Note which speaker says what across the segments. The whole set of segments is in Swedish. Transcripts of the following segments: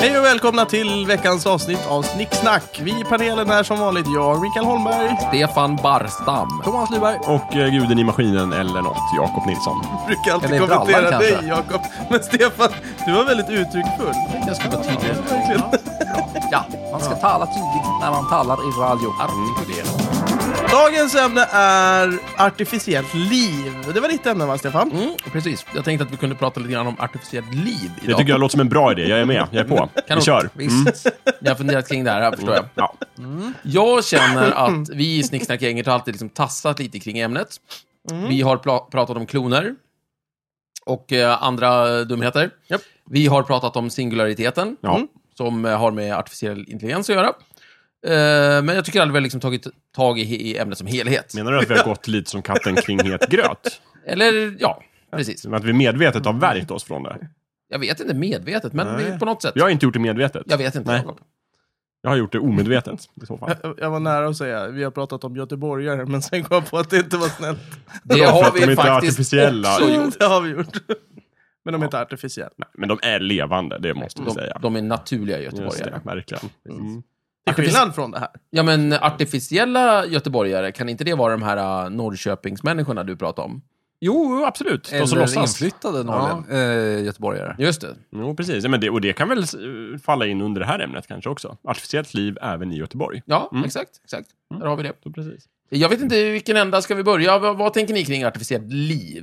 Speaker 1: Hej och välkomna till veckans avsnitt av Snicksnack. Vi i panelen är som vanligt jag, Mikael Holmberg,
Speaker 2: Stefan Barstam.
Speaker 1: Thomas Lyberg.
Speaker 3: Och eh, guden i maskinen eller något, Jakob Nilsson.
Speaker 1: Jag brukar alltid
Speaker 2: Eller brallan
Speaker 1: kommentera
Speaker 2: kanske.
Speaker 1: dig Jakob. Men Stefan, du var väldigt uttryckfull.
Speaker 2: Jag ska vara tydlig. Ja, man ska tala tydligt när man talar i radio.
Speaker 3: Mm.
Speaker 2: Artikulera.
Speaker 1: Dagens ämne är artificiellt liv. Det var ditt ämne va Stefan?
Speaker 2: Mm, precis. Jag tänkte att vi kunde prata lite grann om artificiellt liv idag.
Speaker 3: Det tycker jag låter som en bra idé. Jag är med. Jag är på. Vi
Speaker 2: Mm. Kanon.
Speaker 3: kör. Mm.
Speaker 2: Visst. Ni har funderat kring det här, här förstår jag.
Speaker 3: Ja.
Speaker 2: Jag känner att vi i Snicksnackgänget har alltid liksom tassat lite kring ämnet.
Speaker 3: Mm.
Speaker 2: Vi har pla- pratat om kloner och eh, andra dumheter.
Speaker 1: Japp.
Speaker 2: Vi har pratat om singulariteten,
Speaker 3: Ja.
Speaker 2: som eh, har med artificiell intelligens att göra. Eh, men jag tycker aldrig vi har liksom tagit tag i, i ämnet som helhet.
Speaker 3: Menar du att vi har gått lite som katten kring het gröt?
Speaker 2: Eller, ja, precis.
Speaker 3: Som att vi medvetet har värjt oss från det?
Speaker 2: Jag vet inte medvetet, men
Speaker 3: Nej.
Speaker 2: vi- på något sätt.
Speaker 3: Jag har inte gjort det medvetet.
Speaker 2: Jag vet inte.
Speaker 3: Nej.
Speaker 2: Jakob.
Speaker 3: Jag har gjort det omedvetet i så fall.
Speaker 2: Mm.
Speaker 1: Jag- Jag var nära att säga, vi har pratat om göteborgare, men sen kom jag på att det inte var snällt.
Speaker 2: Det
Speaker 3: För
Speaker 2: har
Speaker 3: att de
Speaker 2: vi
Speaker 3: inte är
Speaker 2: faktiskt
Speaker 3: artificiella.
Speaker 2: också gjort.
Speaker 1: Det har vi gjort. Men de är inte artificiella.
Speaker 3: Nej, men de är levande, det måste vi
Speaker 2: De,
Speaker 3: säga.
Speaker 2: de är naturliga
Speaker 3: Just det,
Speaker 2: göteborgare.
Speaker 3: verkligen. Mm.
Speaker 1: Till skillnad från det här.
Speaker 2: Ja, men artificiella göteborgare, kan inte det vara de här uh, Norrköpingsmänniskorna du pratar om?
Speaker 3: Jo, absolut. De som
Speaker 4: Eller
Speaker 3: låtsas.
Speaker 4: inflyttade norrlän, eh, göteborgare.
Speaker 2: Just det.
Speaker 3: Jo, precis. Ja, men det, och det kan väl eh, falla in under det här ämnet kanske också. Artificiellt liv även i Göteborg.
Speaker 2: Ja, exakt. exakt.
Speaker 3: Mm.
Speaker 2: Där har vi det.
Speaker 3: Så precis.
Speaker 2: Jag vet inte i vilken ända ska vi börja. Vad, vad tänker ni kring artificiellt liv?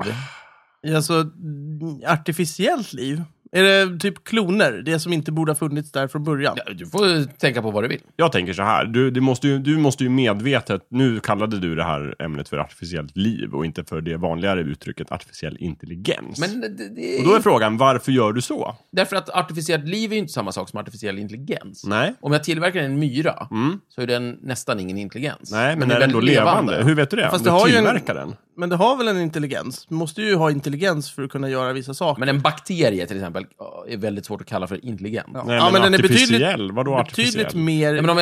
Speaker 1: Alltså, mm, artificiellt liv? Är det typ kloner? Det som inte borde ha funnits där från början?
Speaker 2: Ja, du får ju tänka på vad du vill.
Speaker 3: Jag tänker så här, du, det måste ju, du måste ju medvetet, nu kallade du det här ämnet för artificiellt liv och inte för det vanligare uttrycket artificiell intelligens.
Speaker 2: Men det, det
Speaker 3: och då är
Speaker 2: är...
Speaker 3: frågan, varför gör du så?
Speaker 2: Därför att artificiellt liv är ju inte samma sak som artificiell intelligens.
Speaker 3: Nej.
Speaker 2: Om jag tillverkar en myra
Speaker 3: Mm.
Speaker 2: så är den nästan ingen intelligens.
Speaker 3: Nej, men
Speaker 2: Den
Speaker 3: är den då
Speaker 2: väldigt
Speaker 3: levande? Hur vet du det?
Speaker 1: Fast
Speaker 3: Om
Speaker 1: det
Speaker 3: du
Speaker 1: har ju en-
Speaker 3: tillverkar den?
Speaker 1: Men det har väl en intelligens? Du måste ju ha intelligens för att kunna göra vissa saker.
Speaker 2: Men en bakterie till exempel eh, är väldigt svårt att kalla för intelligent. Ja.
Speaker 3: Nej,
Speaker 1: Ja, men den är betydligt-
Speaker 3: artificiell, vadå
Speaker 1: Betydligt
Speaker 3: artificiell?
Speaker 1: mer
Speaker 2: men om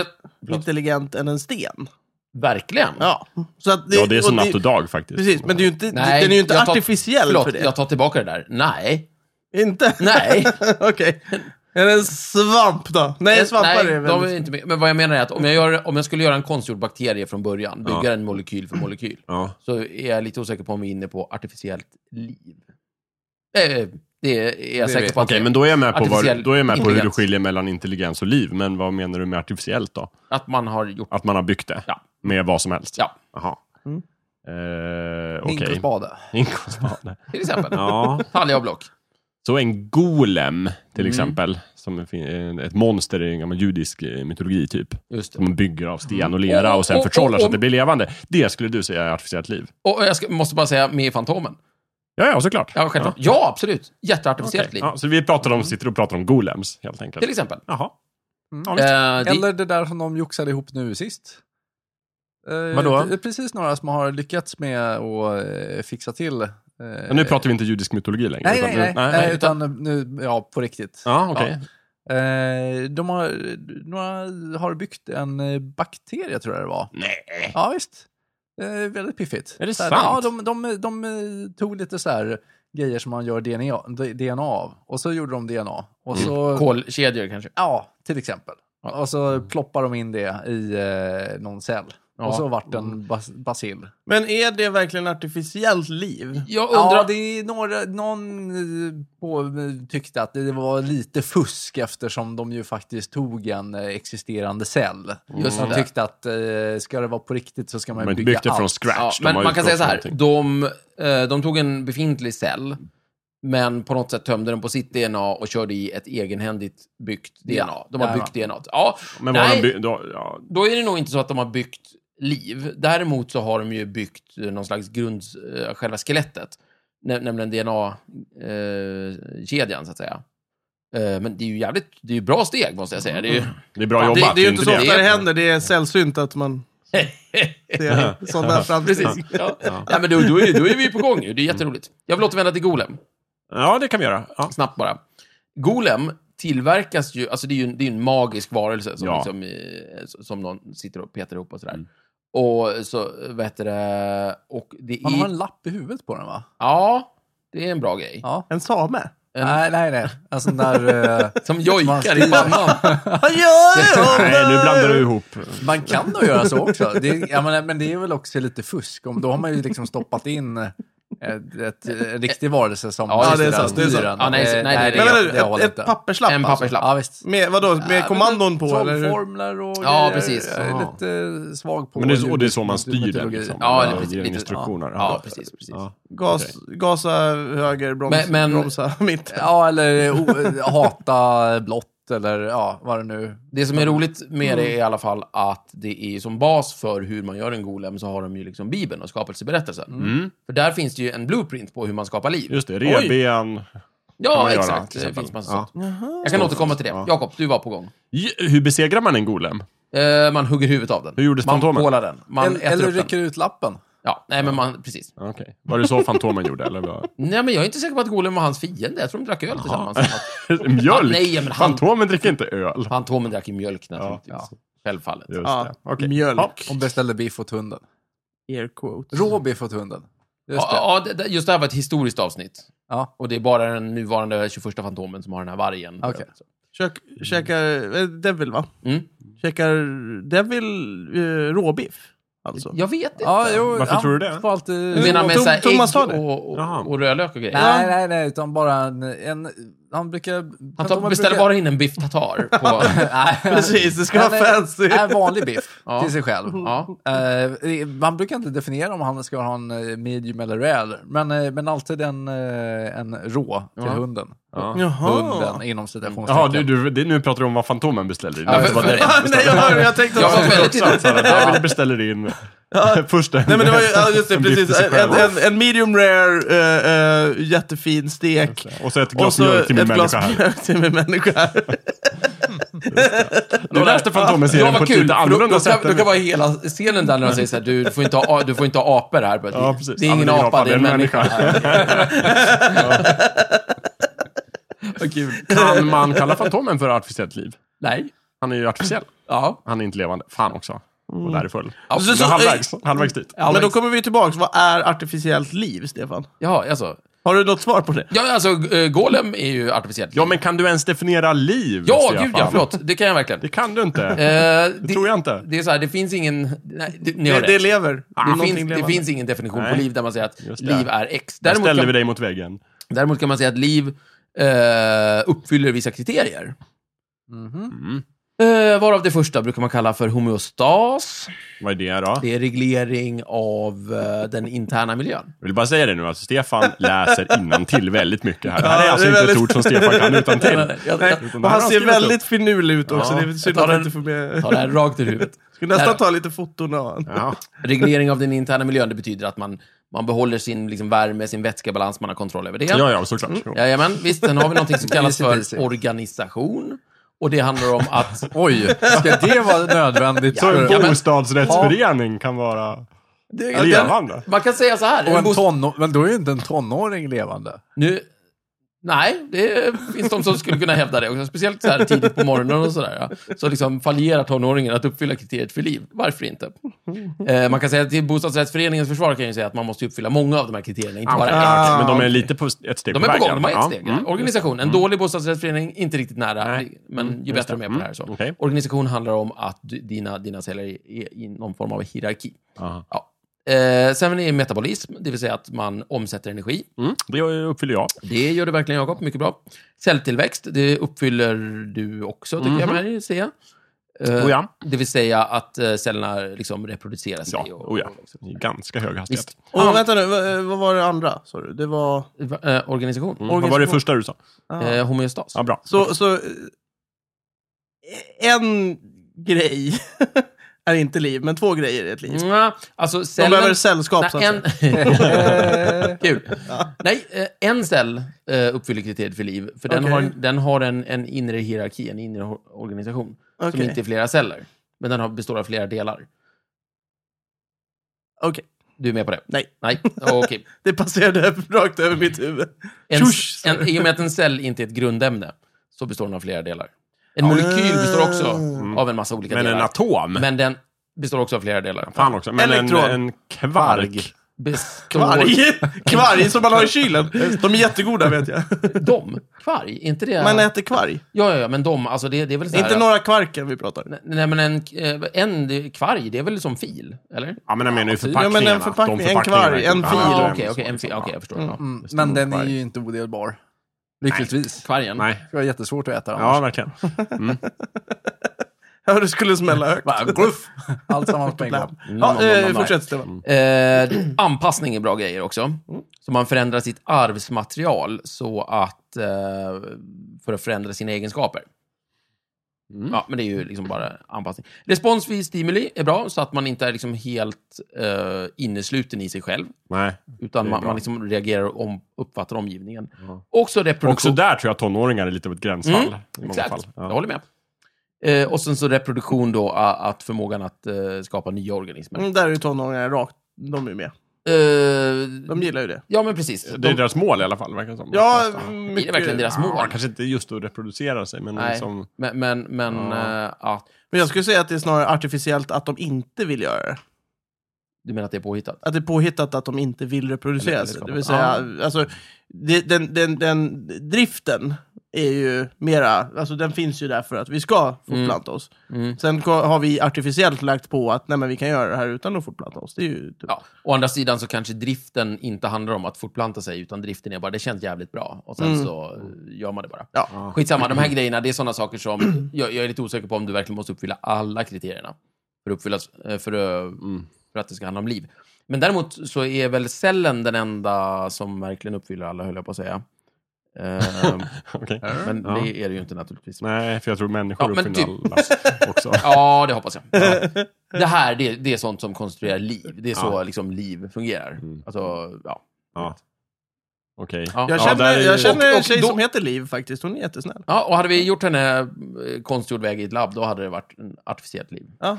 Speaker 2: jag...
Speaker 1: intelligent än en sten.
Speaker 2: Verkligen.
Speaker 1: Ja, så att
Speaker 3: Ja, det är som
Speaker 1: och
Speaker 3: natt och dag faktiskt.
Speaker 1: Precis, men det är ju inte, den är ju inte
Speaker 2: jag tar-
Speaker 1: artificiell
Speaker 2: förlåt,
Speaker 1: för det.
Speaker 2: jag tar tillbaka det där. Nej.
Speaker 1: Inte?
Speaker 2: Nej.
Speaker 1: Okej. Är det en svamp då? Nej, svampar
Speaker 2: Nej,
Speaker 1: är
Speaker 2: de är
Speaker 1: väldigt...
Speaker 2: inte med. Men vad jag menar är att om jag, gör, om jag skulle göra en konstgjord bakterie från början, bygga den molekyl för molekyl,
Speaker 3: Ja.
Speaker 2: så är jag lite osäker på om vi är inne på artificiellt liv. Eh, det är jag
Speaker 4: Det
Speaker 2: säker
Speaker 4: vet-
Speaker 2: på att
Speaker 3: Okej,
Speaker 2: det
Speaker 3: men då är jag med på, vad,
Speaker 2: Artificiell
Speaker 3: då är jag med på hur du
Speaker 2: intelligens.
Speaker 3: skiljer mellan intelligens och liv, men vad menar du med artificiellt då?
Speaker 2: Att man har gjort...
Speaker 3: Att man har byggt det?
Speaker 2: Ja.
Speaker 3: Med vad som helst?
Speaker 2: Ja,
Speaker 3: Jaha.
Speaker 1: Mm.
Speaker 3: Eh, Okej.
Speaker 4: Mink och spade.
Speaker 3: Inkonstbad.
Speaker 2: till exempel.
Speaker 3: Ja.
Speaker 2: Talja och block.
Speaker 3: Så en golem, till exempel, som en fin- ett monster i en gammal judisk eh, mytologi, typ.
Speaker 2: Just det.
Speaker 3: Som man bygger av sten och lera och sen
Speaker 2: Och- och-
Speaker 3: förtrollar
Speaker 2: och-
Speaker 3: så att det blir levande. Det skulle du säga är artificiellt liv?
Speaker 2: Och jag ska, måste bara säga, med Fantomen.
Speaker 3: Ja, ja, såklart.
Speaker 2: Ja, självklart. Ja, absolut.
Speaker 3: Okej.
Speaker 2: Jätteartificiellt liv.
Speaker 3: Ja, så vi pratar om, sitter och pratar om golems, helt enkelt.
Speaker 2: Till exempel.
Speaker 3: Jaha.
Speaker 4: Mm.
Speaker 3: Ja, visst.
Speaker 2: Eh, det-
Speaker 4: Eller det där som de joxade ihop nu sist. Eh,
Speaker 3: Vadå?
Speaker 4: Det är precis några som har lyckats med att eh, fixa till... eh,
Speaker 3: Men nu pratar vi inte judisk mytologi längre.
Speaker 4: Nej,
Speaker 3: utan
Speaker 4: nej,
Speaker 3: nu-
Speaker 4: nej. Eh. nej, utan nu, ja, på riktigt.
Speaker 3: Ja, okej.
Speaker 4: Eh, de har, några har byggt en eh, bakterie, tror jag det var.
Speaker 3: Nej.
Speaker 4: Ja, visst. Eh, väldigt piffigt.
Speaker 3: Är det
Speaker 4: så här,
Speaker 3: sant?
Speaker 4: Ja, de, de, de eh, tog lite så här grejer som man gör DNA, DNA av. Och så gjorde de DNA.
Speaker 3: Mm.
Speaker 4: Och så,
Speaker 2: Kolkedjor kanske.
Speaker 4: Ja, till exempel. Och så
Speaker 2: Mm.
Speaker 4: ploppar de in det i eh, någon cell. Och så vart
Speaker 2: Mm.
Speaker 4: den bas, basil.
Speaker 1: Men är det verkligen artificiellt liv?
Speaker 2: Jag undrar...
Speaker 4: Ja, det är några, någon eh, på, tyckte att det var lite fusk eftersom de ju faktiskt tog en eh, existerande cell.
Speaker 2: Just
Speaker 4: de
Speaker 2: det.
Speaker 4: tyckte att eh, ska det vara på riktigt så ska
Speaker 3: De
Speaker 4: man
Speaker 3: har
Speaker 4: ju
Speaker 3: inte
Speaker 4: bygga
Speaker 3: byggt det från
Speaker 4: allt.
Speaker 2: Ja,
Speaker 3: scratch. De
Speaker 2: men
Speaker 3: har ju
Speaker 2: man kan säga så här,
Speaker 3: förtrollat någonting.
Speaker 2: de, eh, de tog en befintlig cell, men på något sätt tömde den på sitt DNA och körde i ett egenhändigt byggt DNA.
Speaker 4: Ja,
Speaker 2: de har
Speaker 4: där
Speaker 2: byggt DNA. t. Ja,
Speaker 3: Men vad har
Speaker 2: nej,
Speaker 3: de by- då, ja,
Speaker 2: då är det nog inte så att de har byggt liv. Däremot så har de ju byggt eh, någon slags grund, eh, själva skelettet, nä- nämligen DNA-kedjan, så att säga. Eh, Men det är ju jävligt, det är ju bra steg måste jag säga. Det är ju,
Speaker 3: Det är bra
Speaker 2: Fan,
Speaker 3: jobbat.
Speaker 1: Det, det är ju inte så
Speaker 3: det?
Speaker 1: ofta det händer, det är sällsynt att man ser sådana här framsteg.
Speaker 2: precis. Ja. Nej, men då, då, är, då är vi på gång ju. Det är jätteroligt. Jag vill återvända till Golem.
Speaker 3: Ja, det kan vi göra. Ja.
Speaker 2: snabbt bara. Golem tillverkas ju, alltså det är ju en, det är ju en magisk varelse som,
Speaker 3: Ja.
Speaker 2: liksom, eh, som någon sitter och petar ihop och sådär. Och så, vad heter det, och det
Speaker 4: Man
Speaker 2: är...
Speaker 4: har en lapp i huvudet på den va?
Speaker 2: Ja, det är en bra grej.
Speaker 4: Ja.
Speaker 1: En same?
Speaker 4: Nej, nej, nej. En sån där... eh,
Speaker 2: Som jojkar i pannan.
Speaker 1: Vad gör jag?
Speaker 3: Nej, nu blandar du ihop.
Speaker 4: man kan nog göra så också. Det, är- ja, men, men det är väl också lite fusk. Om, då har man ju liksom stoppat in eh, ett, ett, en riktig varelse som...
Speaker 2: Ja, det är
Speaker 1: sant, det är sant.
Speaker 2: Ja, nej, nej, nej,
Speaker 1: Men,
Speaker 2: det-
Speaker 1: vänta nu, ett, ett papperslapp
Speaker 2: En
Speaker 1: alltså.
Speaker 2: papperslapp. Mm.
Speaker 4: Ja, visst.
Speaker 1: Med, vadå, med kommandon på? Eller? hur?
Speaker 4: Trollformler och
Speaker 2: Ja,
Speaker 4: grejer.
Speaker 2: precis.
Speaker 4: Jag är
Speaker 2: Ja.
Speaker 4: lite svag på
Speaker 3: Men det är, så- och det är så man
Speaker 4: ljud-
Speaker 3: styr den.
Speaker 4: mytologi.
Speaker 3: Liksom.
Speaker 2: Ja,
Speaker 3: Man
Speaker 2: det-
Speaker 3: ger den
Speaker 2: lite-
Speaker 3: instruktioner.
Speaker 2: Ja, precis. precis.
Speaker 3: Ja.
Speaker 1: Gas, Gasa höger, broms,
Speaker 2: Men- men-
Speaker 1: bromsa mitt.
Speaker 4: Ja, eller o, hata blått eller ja, vad det nu...
Speaker 2: Det som är roligt med
Speaker 3: Mm.
Speaker 2: det är i alla fall att det är som bas för hur man gör en golem så har de ju liksom Bibeln och skapelseberättelsen. För där finns det ju en blueprint på hur man skapar liv.
Speaker 3: Mm. Just det, revben. kan
Speaker 2: ja,
Speaker 3: man göra,
Speaker 2: exakt.
Speaker 3: till
Speaker 2: det
Speaker 3: exempel.
Speaker 2: finns massa
Speaker 3: Ja.
Speaker 2: sånt. Jag kan återkomma till det. Jakob, du var på gång.
Speaker 3: J- Hur besegrar man en golem?
Speaker 2: Eh, man hugger huvudet av den.
Speaker 3: Hur gjordes
Speaker 2: man
Speaker 3: Fantomen?
Speaker 2: pålar den. Man
Speaker 4: Eller,
Speaker 2: äter
Speaker 4: eller
Speaker 2: upp den.
Speaker 4: rycker ut lappen.
Speaker 2: Ja, nej men man, precis.
Speaker 3: Okay. Ah, Var det så Fantomen gjorde? Eller vad?
Speaker 2: Nej men jag är inte säker på att Golem var hans fiende. Jag tror de drack öl tillsammans.
Speaker 3: Mjölk?
Speaker 2: nej, men han-
Speaker 3: Fantomen dricker inte öl.
Speaker 2: Fantomen drack ju mjölk naturligtvis.
Speaker 3: Ja.
Speaker 2: Självfallet.
Speaker 3: Just
Speaker 1: Ja,
Speaker 3: det. Okej.
Speaker 1: Mjölk.
Speaker 3: Ja.
Speaker 4: Hon beställde biff åt hunden.
Speaker 1: Air quotes.
Speaker 4: Rå biff åt hunden. Just det.
Speaker 2: Ja, ja, det- det- just det här var ett historiskt avsnitt.
Speaker 4: Ja.
Speaker 2: Och det är bara den nuvarande 21 Fantomen som har den här vargen.
Speaker 4: Okej.
Speaker 1: Kök, käkar eh, Devil, va?
Speaker 2: Mm.
Speaker 1: Käkar Devil eh, råbiff, alltså?
Speaker 2: Jag vet inte.
Speaker 4: Ja, jo,
Speaker 3: Varför
Speaker 4: ja,
Speaker 3: tror du det?
Speaker 4: Får alltid...
Speaker 2: Du menar med
Speaker 1: Tom-
Speaker 2: så här
Speaker 1: Thomas sa det.
Speaker 2: ägg och,
Speaker 3: Jaha.
Speaker 2: och, och rödlök och grejer?
Speaker 4: Nej, nej, nej, utan bara en... en han brukar...
Speaker 2: Han tar, beställer bara in en biff tartar. På,
Speaker 4: Nej,
Speaker 1: Precis, det ska vara
Speaker 4: Nej, nej,
Speaker 1: fancy.
Speaker 4: nej, vanlig biff
Speaker 2: Ja. Mm.
Speaker 4: till sig själv.
Speaker 2: ja.
Speaker 4: Eh, det- man brukar inte definiera om han ska ha en eh, medium eller rare, men, eh, men alltid en, eh, en rå till
Speaker 2: Ja.
Speaker 4: hunden.
Speaker 3: Ja.
Speaker 1: Jaha.
Speaker 4: Hunden inom citationstecken.
Speaker 3: Jaha, du, du, det, nu pratar du om vad Fantomen beställde in.
Speaker 2: Ja,
Speaker 3: Det
Speaker 2: för-
Speaker 3: var
Speaker 2: för-
Speaker 3: det.
Speaker 1: Nej, jag, jag tänkte
Speaker 2: Jag var
Speaker 1: att...
Speaker 2: väldigt
Speaker 3: Så här, Devil beställer in först en...
Speaker 1: Nej men det var ju, ja, just det,
Speaker 3: en biff till
Speaker 1: precis.
Speaker 3: sig
Speaker 1: En,
Speaker 3: själv.
Speaker 1: en, en medium rare, eh, eh, jättefin stek.
Speaker 3: Och så ett
Speaker 1: Och
Speaker 3: glas
Speaker 1: så
Speaker 3: mjölk till min
Speaker 1: ett glas
Speaker 3: människa här.
Speaker 1: mjölk till min människa här.
Speaker 3: Du läste Fantomen-serien på ett lite
Speaker 2: Då, då,
Speaker 3: annorlunda
Speaker 2: kan,
Speaker 3: sätt.
Speaker 2: då
Speaker 3: än-
Speaker 2: kan vara hela scenen där när de säger så här, du får inte ha, du får inte ha apor här. Bara,
Speaker 3: Ja, precis.
Speaker 2: Det är ingen
Speaker 3: Ja, men
Speaker 2: apa, det är en människa.
Speaker 3: Vad kul. Kan man kalla Fantomen för artificiellt liv?
Speaker 2: Nej.
Speaker 3: Han är ju artificiell.
Speaker 2: Ja.
Speaker 3: Han är inte levande. Fan också. Och där är full.
Speaker 2: Ja,
Speaker 1: Så-
Speaker 3: Men
Speaker 1: så-
Speaker 3: halvvägs, halvvägs dit.
Speaker 1: Men då kommer vi tillbaka. Vad är artificiellt liv, Stefan?
Speaker 2: Ja, alltså.
Speaker 1: Har du något svar på det?
Speaker 2: Ja, alltså, eh, Golem är ju artificiellt.
Speaker 3: Ja, men kan du ens definiera liv?
Speaker 2: ja
Speaker 3: Stefan?
Speaker 2: gud ja, förlåt. Det kan jag verkligen.
Speaker 3: Det kan du inte.
Speaker 2: Eh,
Speaker 3: det tror jag inte.
Speaker 2: Det är så här, det finns ingen... Nej, det, ni har
Speaker 1: Det,
Speaker 2: rätt.
Speaker 1: det lever. är
Speaker 2: Det,
Speaker 1: någonting
Speaker 2: finns, det
Speaker 1: levande.
Speaker 2: finns ingen definition på
Speaker 3: Nej.
Speaker 2: liv där man säger att
Speaker 3: Just det.
Speaker 2: liv är X.
Speaker 3: Där
Speaker 2: Däremot
Speaker 3: ställer vi
Speaker 2: kan,
Speaker 3: dig mot väggen.
Speaker 2: däremot kan man säga att liv eh, uppfyller vissa kriterier.
Speaker 4: Mhm.
Speaker 3: Mm.
Speaker 2: Eh, varav det första brukar man kalla för homeostas.
Speaker 3: Vad är det då?
Speaker 2: Det är reglering av eh, den interna miljön.
Speaker 3: Jag vill bara säga det nu, alltså Stefan läser innan till väldigt mycket här. Det
Speaker 1: Ja,
Speaker 3: här
Speaker 1: det
Speaker 3: är
Speaker 1: är
Speaker 3: alltså inte ett
Speaker 1: väldigt-
Speaker 3: ord som Stefan kan utan till.
Speaker 2: Nej, Jag jag
Speaker 1: Nej,
Speaker 3: Utan det
Speaker 1: och
Speaker 3: här har
Speaker 1: han ser
Speaker 3: skrivit
Speaker 1: väldigt finurlig ut också.
Speaker 3: Ja,
Speaker 1: det är synd
Speaker 2: tar
Speaker 1: att
Speaker 2: den-
Speaker 1: jag inte får med...
Speaker 2: tar det här rakt ur huvudet.
Speaker 1: Skulle nästan
Speaker 2: Där.
Speaker 1: ta lite foton av honom.
Speaker 3: Ja.
Speaker 2: Reglering av den interna miljön, det betyder att man, man behåller sin liksom, värme, sin vätskebalans, man har kontroll över det.
Speaker 3: ja, ja, såklart.
Speaker 2: Mm.
Speaker 3: Jo.
Speaker 2: Jajamän, visst. Sen har vi någonting som kallas
Speaker 4: Easy peasy.
Speaker 2: för organisation. Och det handlar om att...
Speaker 4: Oj, ska det vara nödvändigt?
Speaker 3: Så
Speaker 4: för-
Speaker 2: Ja,
Speaker 3: en
Speaker 2: men-
Speaker 3: bostadsrättsförening kan vara levande.
Speaker 2: Man kan säga så här.
Speaker 4: Och
Speaker 2: en
Speaker 4: en
Speaker 2: bost-
Speaker 4: tonå- men då är ju inte en tonåring levande.
Speaker 2: nu, nej, det finns de som skulle kunna hävda det också. Speciellt så här tidigt på morgonen och sådär. Ja. Så liksom fallerar tonåringen att uppfylla kriteriet för liv. Varför inte? Eh, man kan säga till bostadsrättsföreningens försvar kan jag ju säga att man måste uppfylla många av de här kriterierna, inte bara en.
Speaker 3: Ja, Men de är lite på ett steg
Speaker 2: De är på gång,
Speaker 3: vägen.
Speaker 2: de har ett
Speaker 3: Ja.
Speaker 2: steg.
Speaker 3: Mm.
Speaker 2: ja. Organisation, en dålig bostadsrättsförening, inte riktigt nära,
Speaker 3: Nej.
Speaker 2: men ju bättre de är på det här. Så.
Speaker 3: Mm. Okej.
Speaker 2: Organisation handlar om att du- dina, dina celler är i någon form av hierarki.
Speaker 3: Aha.
Speaker 2: Ja. Eh, sen är metabolism, det vill säga att man omsätter energi.
Speaker 3: Mm. Det uppfyller jag.
Speaker 2: Det gör du verkligen, Jakob. Mycket bra. Celltillväxt, det uppfyller du också, tycker jag mig se. Eh,
Speaker 3: Mhm. Oh ja.
Speaker 2: Det vill säga att eh, cellerna liksom reproducerar sig.
Speaker 3: Ja,
Speaker 2: och- liksom-
Speaker 3: oh ja. I ganska hög hastighet.
Speaker 2: Visst.
Speaker 1: Och vänta nu, vad, vad var det andra? Sa du? Det var... Ah.
Speaker 2: Va- Eh, organisation.
Speaker 3: Mm. Vad var det första du sa?
Speaker 2: Eh, homeostas.
Speaker 3: Mm. Ja, bra.
Speaker 1: Så, så... eh, En grej är inte liv, men två grejer är ett liv.
Speaker 2: Mm, alltså
Speaker 1: De
Speaker 2: cellen...
Speaker 1: behöver sällskap, så att
Speaker 2: Nej,
Speaker 1: säga.
Speaker 2: en... Kul. Nej, eh, en cell eh, uppfyller kriteriet för liv, för den
Speaker 1: Okej.
Speaker 2: har, den har en, en inre hierarki, en inre ho- organisation, som
Speaker 1: Okej.
Speaker 2: inte är flera celler, men den har, består av flera delar.
Speaker 1: Okej,
Speaker 2: Du är med på det?
Speaker 1: nej.
Speaker 2: Nej, okej.
Speaker 1: Det passerade rakt över mitt huvud.
Speaker 2: En,
Speaker 1: Tjusch, sa
Speaker 2: en, I och med att en cell inte är ett grundämne, så består den av flera delar. En molekyl består också av en massa olika
Speaker 3: Men en
Speaker 2: delar,
Speaker 3: atom?
Speaker 2: men den består också av flera delar.
Speaker 3: Fan också. Men en,
Speaker 1: Elektron.
Speaker 3: en kvark?
Speaker 2: består...
Speaker 1: Kvarg. Kvarg som man har i kylen. De är jättegoda vet jag.
Speaker 2: De? Kvarg? Inte det...
Speaker 1: Man äter kvarg.
Speaker 2: Ja, ja, ja, men de, alltså det, det är väl så
Speaker 1: Det är
Speaker 2: här...
Speaker 1: inte några kvarkar vi pratar.
Speaker 2: Nej, Nej, men en, eh, en det- kvarg, det är väl som fil? Eller?
Speaker 3: Ja, men jag menar ju
Speaker 1: Ja, men en
Speaker 3: förpackningarna. De
Speaker 1: förpackning, en
Speaker 3: förpackningarna
Speaker 1: kvarg,
Speaker 3: är
Speaker 1: en
Speaker 3: goda.
Speaker 1: fil.
Speaker 2: typ. Ja, okej,
Speaker 3: Ja, ja,
Speaker 2: okej, en fil.
Speaker 3: ja.
Speaker 2: Okej, jag förstår. Ja.
Speaker 4: Mm,
Speaker 3: det står
Speaker 4: men den är
Speaker 3: kvar.
Speaker 4: ju inte odelbar. Lyckligtvis.
Speaker 2: Kvargen.
Speaker 3: Nej.
Speaker 4: Det var jättesvårt att äta
Speaker 3: Ja,
Speaker 4: annars.
Speaker 3: verkligen.
Speaker 1: Ja, det skulle smälla högt.
Speaker 4: Bara gluff! Allt sammans på en
Speaker 1: Ja,
Speaker 4: gång.
Speaker 1: ja, eh, fortsätt Stefan.
Speaker 2: Eh, anpassning är bra grejer också. Så man förändrar sitt arvsmaterial så att, eh, för att förändra sina egenskaper.
Speaker 3: Mm.
Speaker 2: Ja, men det är ju liksom bara anpassning. Respons vid stimuli är bra, så att man inte är liksom helt eh, innesluten i sig själv.
Speaker 3: Nej.
Speaker 2: Utan
Speaker 3: Det är
Speaker 2: man,
Speaker 3: bra.
Speaker 2: man liksom reagerar och om, uppfattar omgivningen. Också
Speaker 3: Också
Speaker 2: reproduktion.
Speaker 3: där tror jag tonåringar är lite av ett gränsfall.
Speaker 2: Mm,
Speaker 3: i många
Speaker 2: Exakt,
Speaker 3: fall.
Speaker 2: jag
Speaker 3: Ja.
Speaker 2: håller med. Eh, och sen så reproduktion då, a- att förmågan att eh, skapa nya organismer.
Speaker 1: Mm, Där är ju tonåringar rakt. De är med.
Speaker 2: Eh,
Speaker 1: De gillar ju det.
Speaker 2: ja, men precis.
Speaker 3: Det är
Speaker 2: De,
Speaker 3: deras mål i alla fall, verkar det som.
Speaker 1: Ja, mm.
Speaker 2: är det
Speaker 1: mycket.
Speaker 2: verkligen deras mål?
Speaker 3: Ja, kanske inte just att reproducera sig, men
Speaker 2: Nej,
Speaker 3: liksom...
Speaker 2: men, men, men
Speaker 3: Ja.
Speaker 2: eh, att,
Speaker 1: Men jag skulle säga att det är snarare artificiellt att de inte vill göra det.
Speaker 2: du menar att det är påhittat?
Speaker 1: Att det är påhittat att de inte vill
Speaker 2: Eller- eller
Speaker 1: reproducera sig. Det vill
Speaker 2: skapat.
Speaker 1: säga, alltså, det, den, den, den driften är ju mera, alltså den finns ju där för att vi ska fortplanta oss.
Speaker 2: Mm.
Speaker 1: Sen ko- har vi artificiellt lagt på att nej, men vi kan göra det här utan att fortplanta oss. Det är ju typ- dumt.
Speaker 2: Ja. Å andra sidan så kanske driften inte handlar om att fortplanta sig, utan driften är bara, det känns jävligt bra. Och
Speaker 3: Mm.
Speaker 2: sen så eh, gör man det bara.
Speaker 1: Ja.
Speaker 2: Skitsamma, de här grejerna, det är sådana saker som... Jag, jag är lite osäker på om du verkligen måste uppfylla alla kriterierna för att, uppfyllas, eh, för, att-
Speaker 3: Mm.
Speaker 2: för att det ska handla om liv. Men däremot så är väl cellen den enda som verkligen uppfyller alla, höll jag på att säga. Eh,
Speaker 3: Okej.
Speaker 2: men
Speaker 3: Ja.
Speaker 2: det är det ju inte naturligtvis.
Speaker 3: Nej, för jag tror
Speaker 2: Ja,
Speaker 3: människor
Speaker 2: men
Speaker 3: uppfinner
Speaker 2: typ.
Speaker 3: alla också.
Speaker 2: Ja, det hoppas jag. Ja. Det här, det, det är sånt som konstruerar liv. Det är så
Speaker 3: Ja.
Speaker 2: liksom liv fungerar.
Speaker 3: Mm.
Speaker 2: Alltså, ja.
Speaker 3: Ja. Okej.
Speaker 2: Ja.
Speaker 1: Jag
Speaker 3: Ja,
Speaker 1: känner,
Speaker 3: där är-
Speaker 1: jag känner
Speaker 2: och- och
Speaker 1: en tjej
Speaker 2: då-
Speaker 1: som heter Liv faktiskt, hon är jättesnäll.
Speaker 2: ja. Och hade vi gjort henne eh, konstgjord väg i ett labb, då hade det varit en artificiellt liv.
Speaker 1: Ja.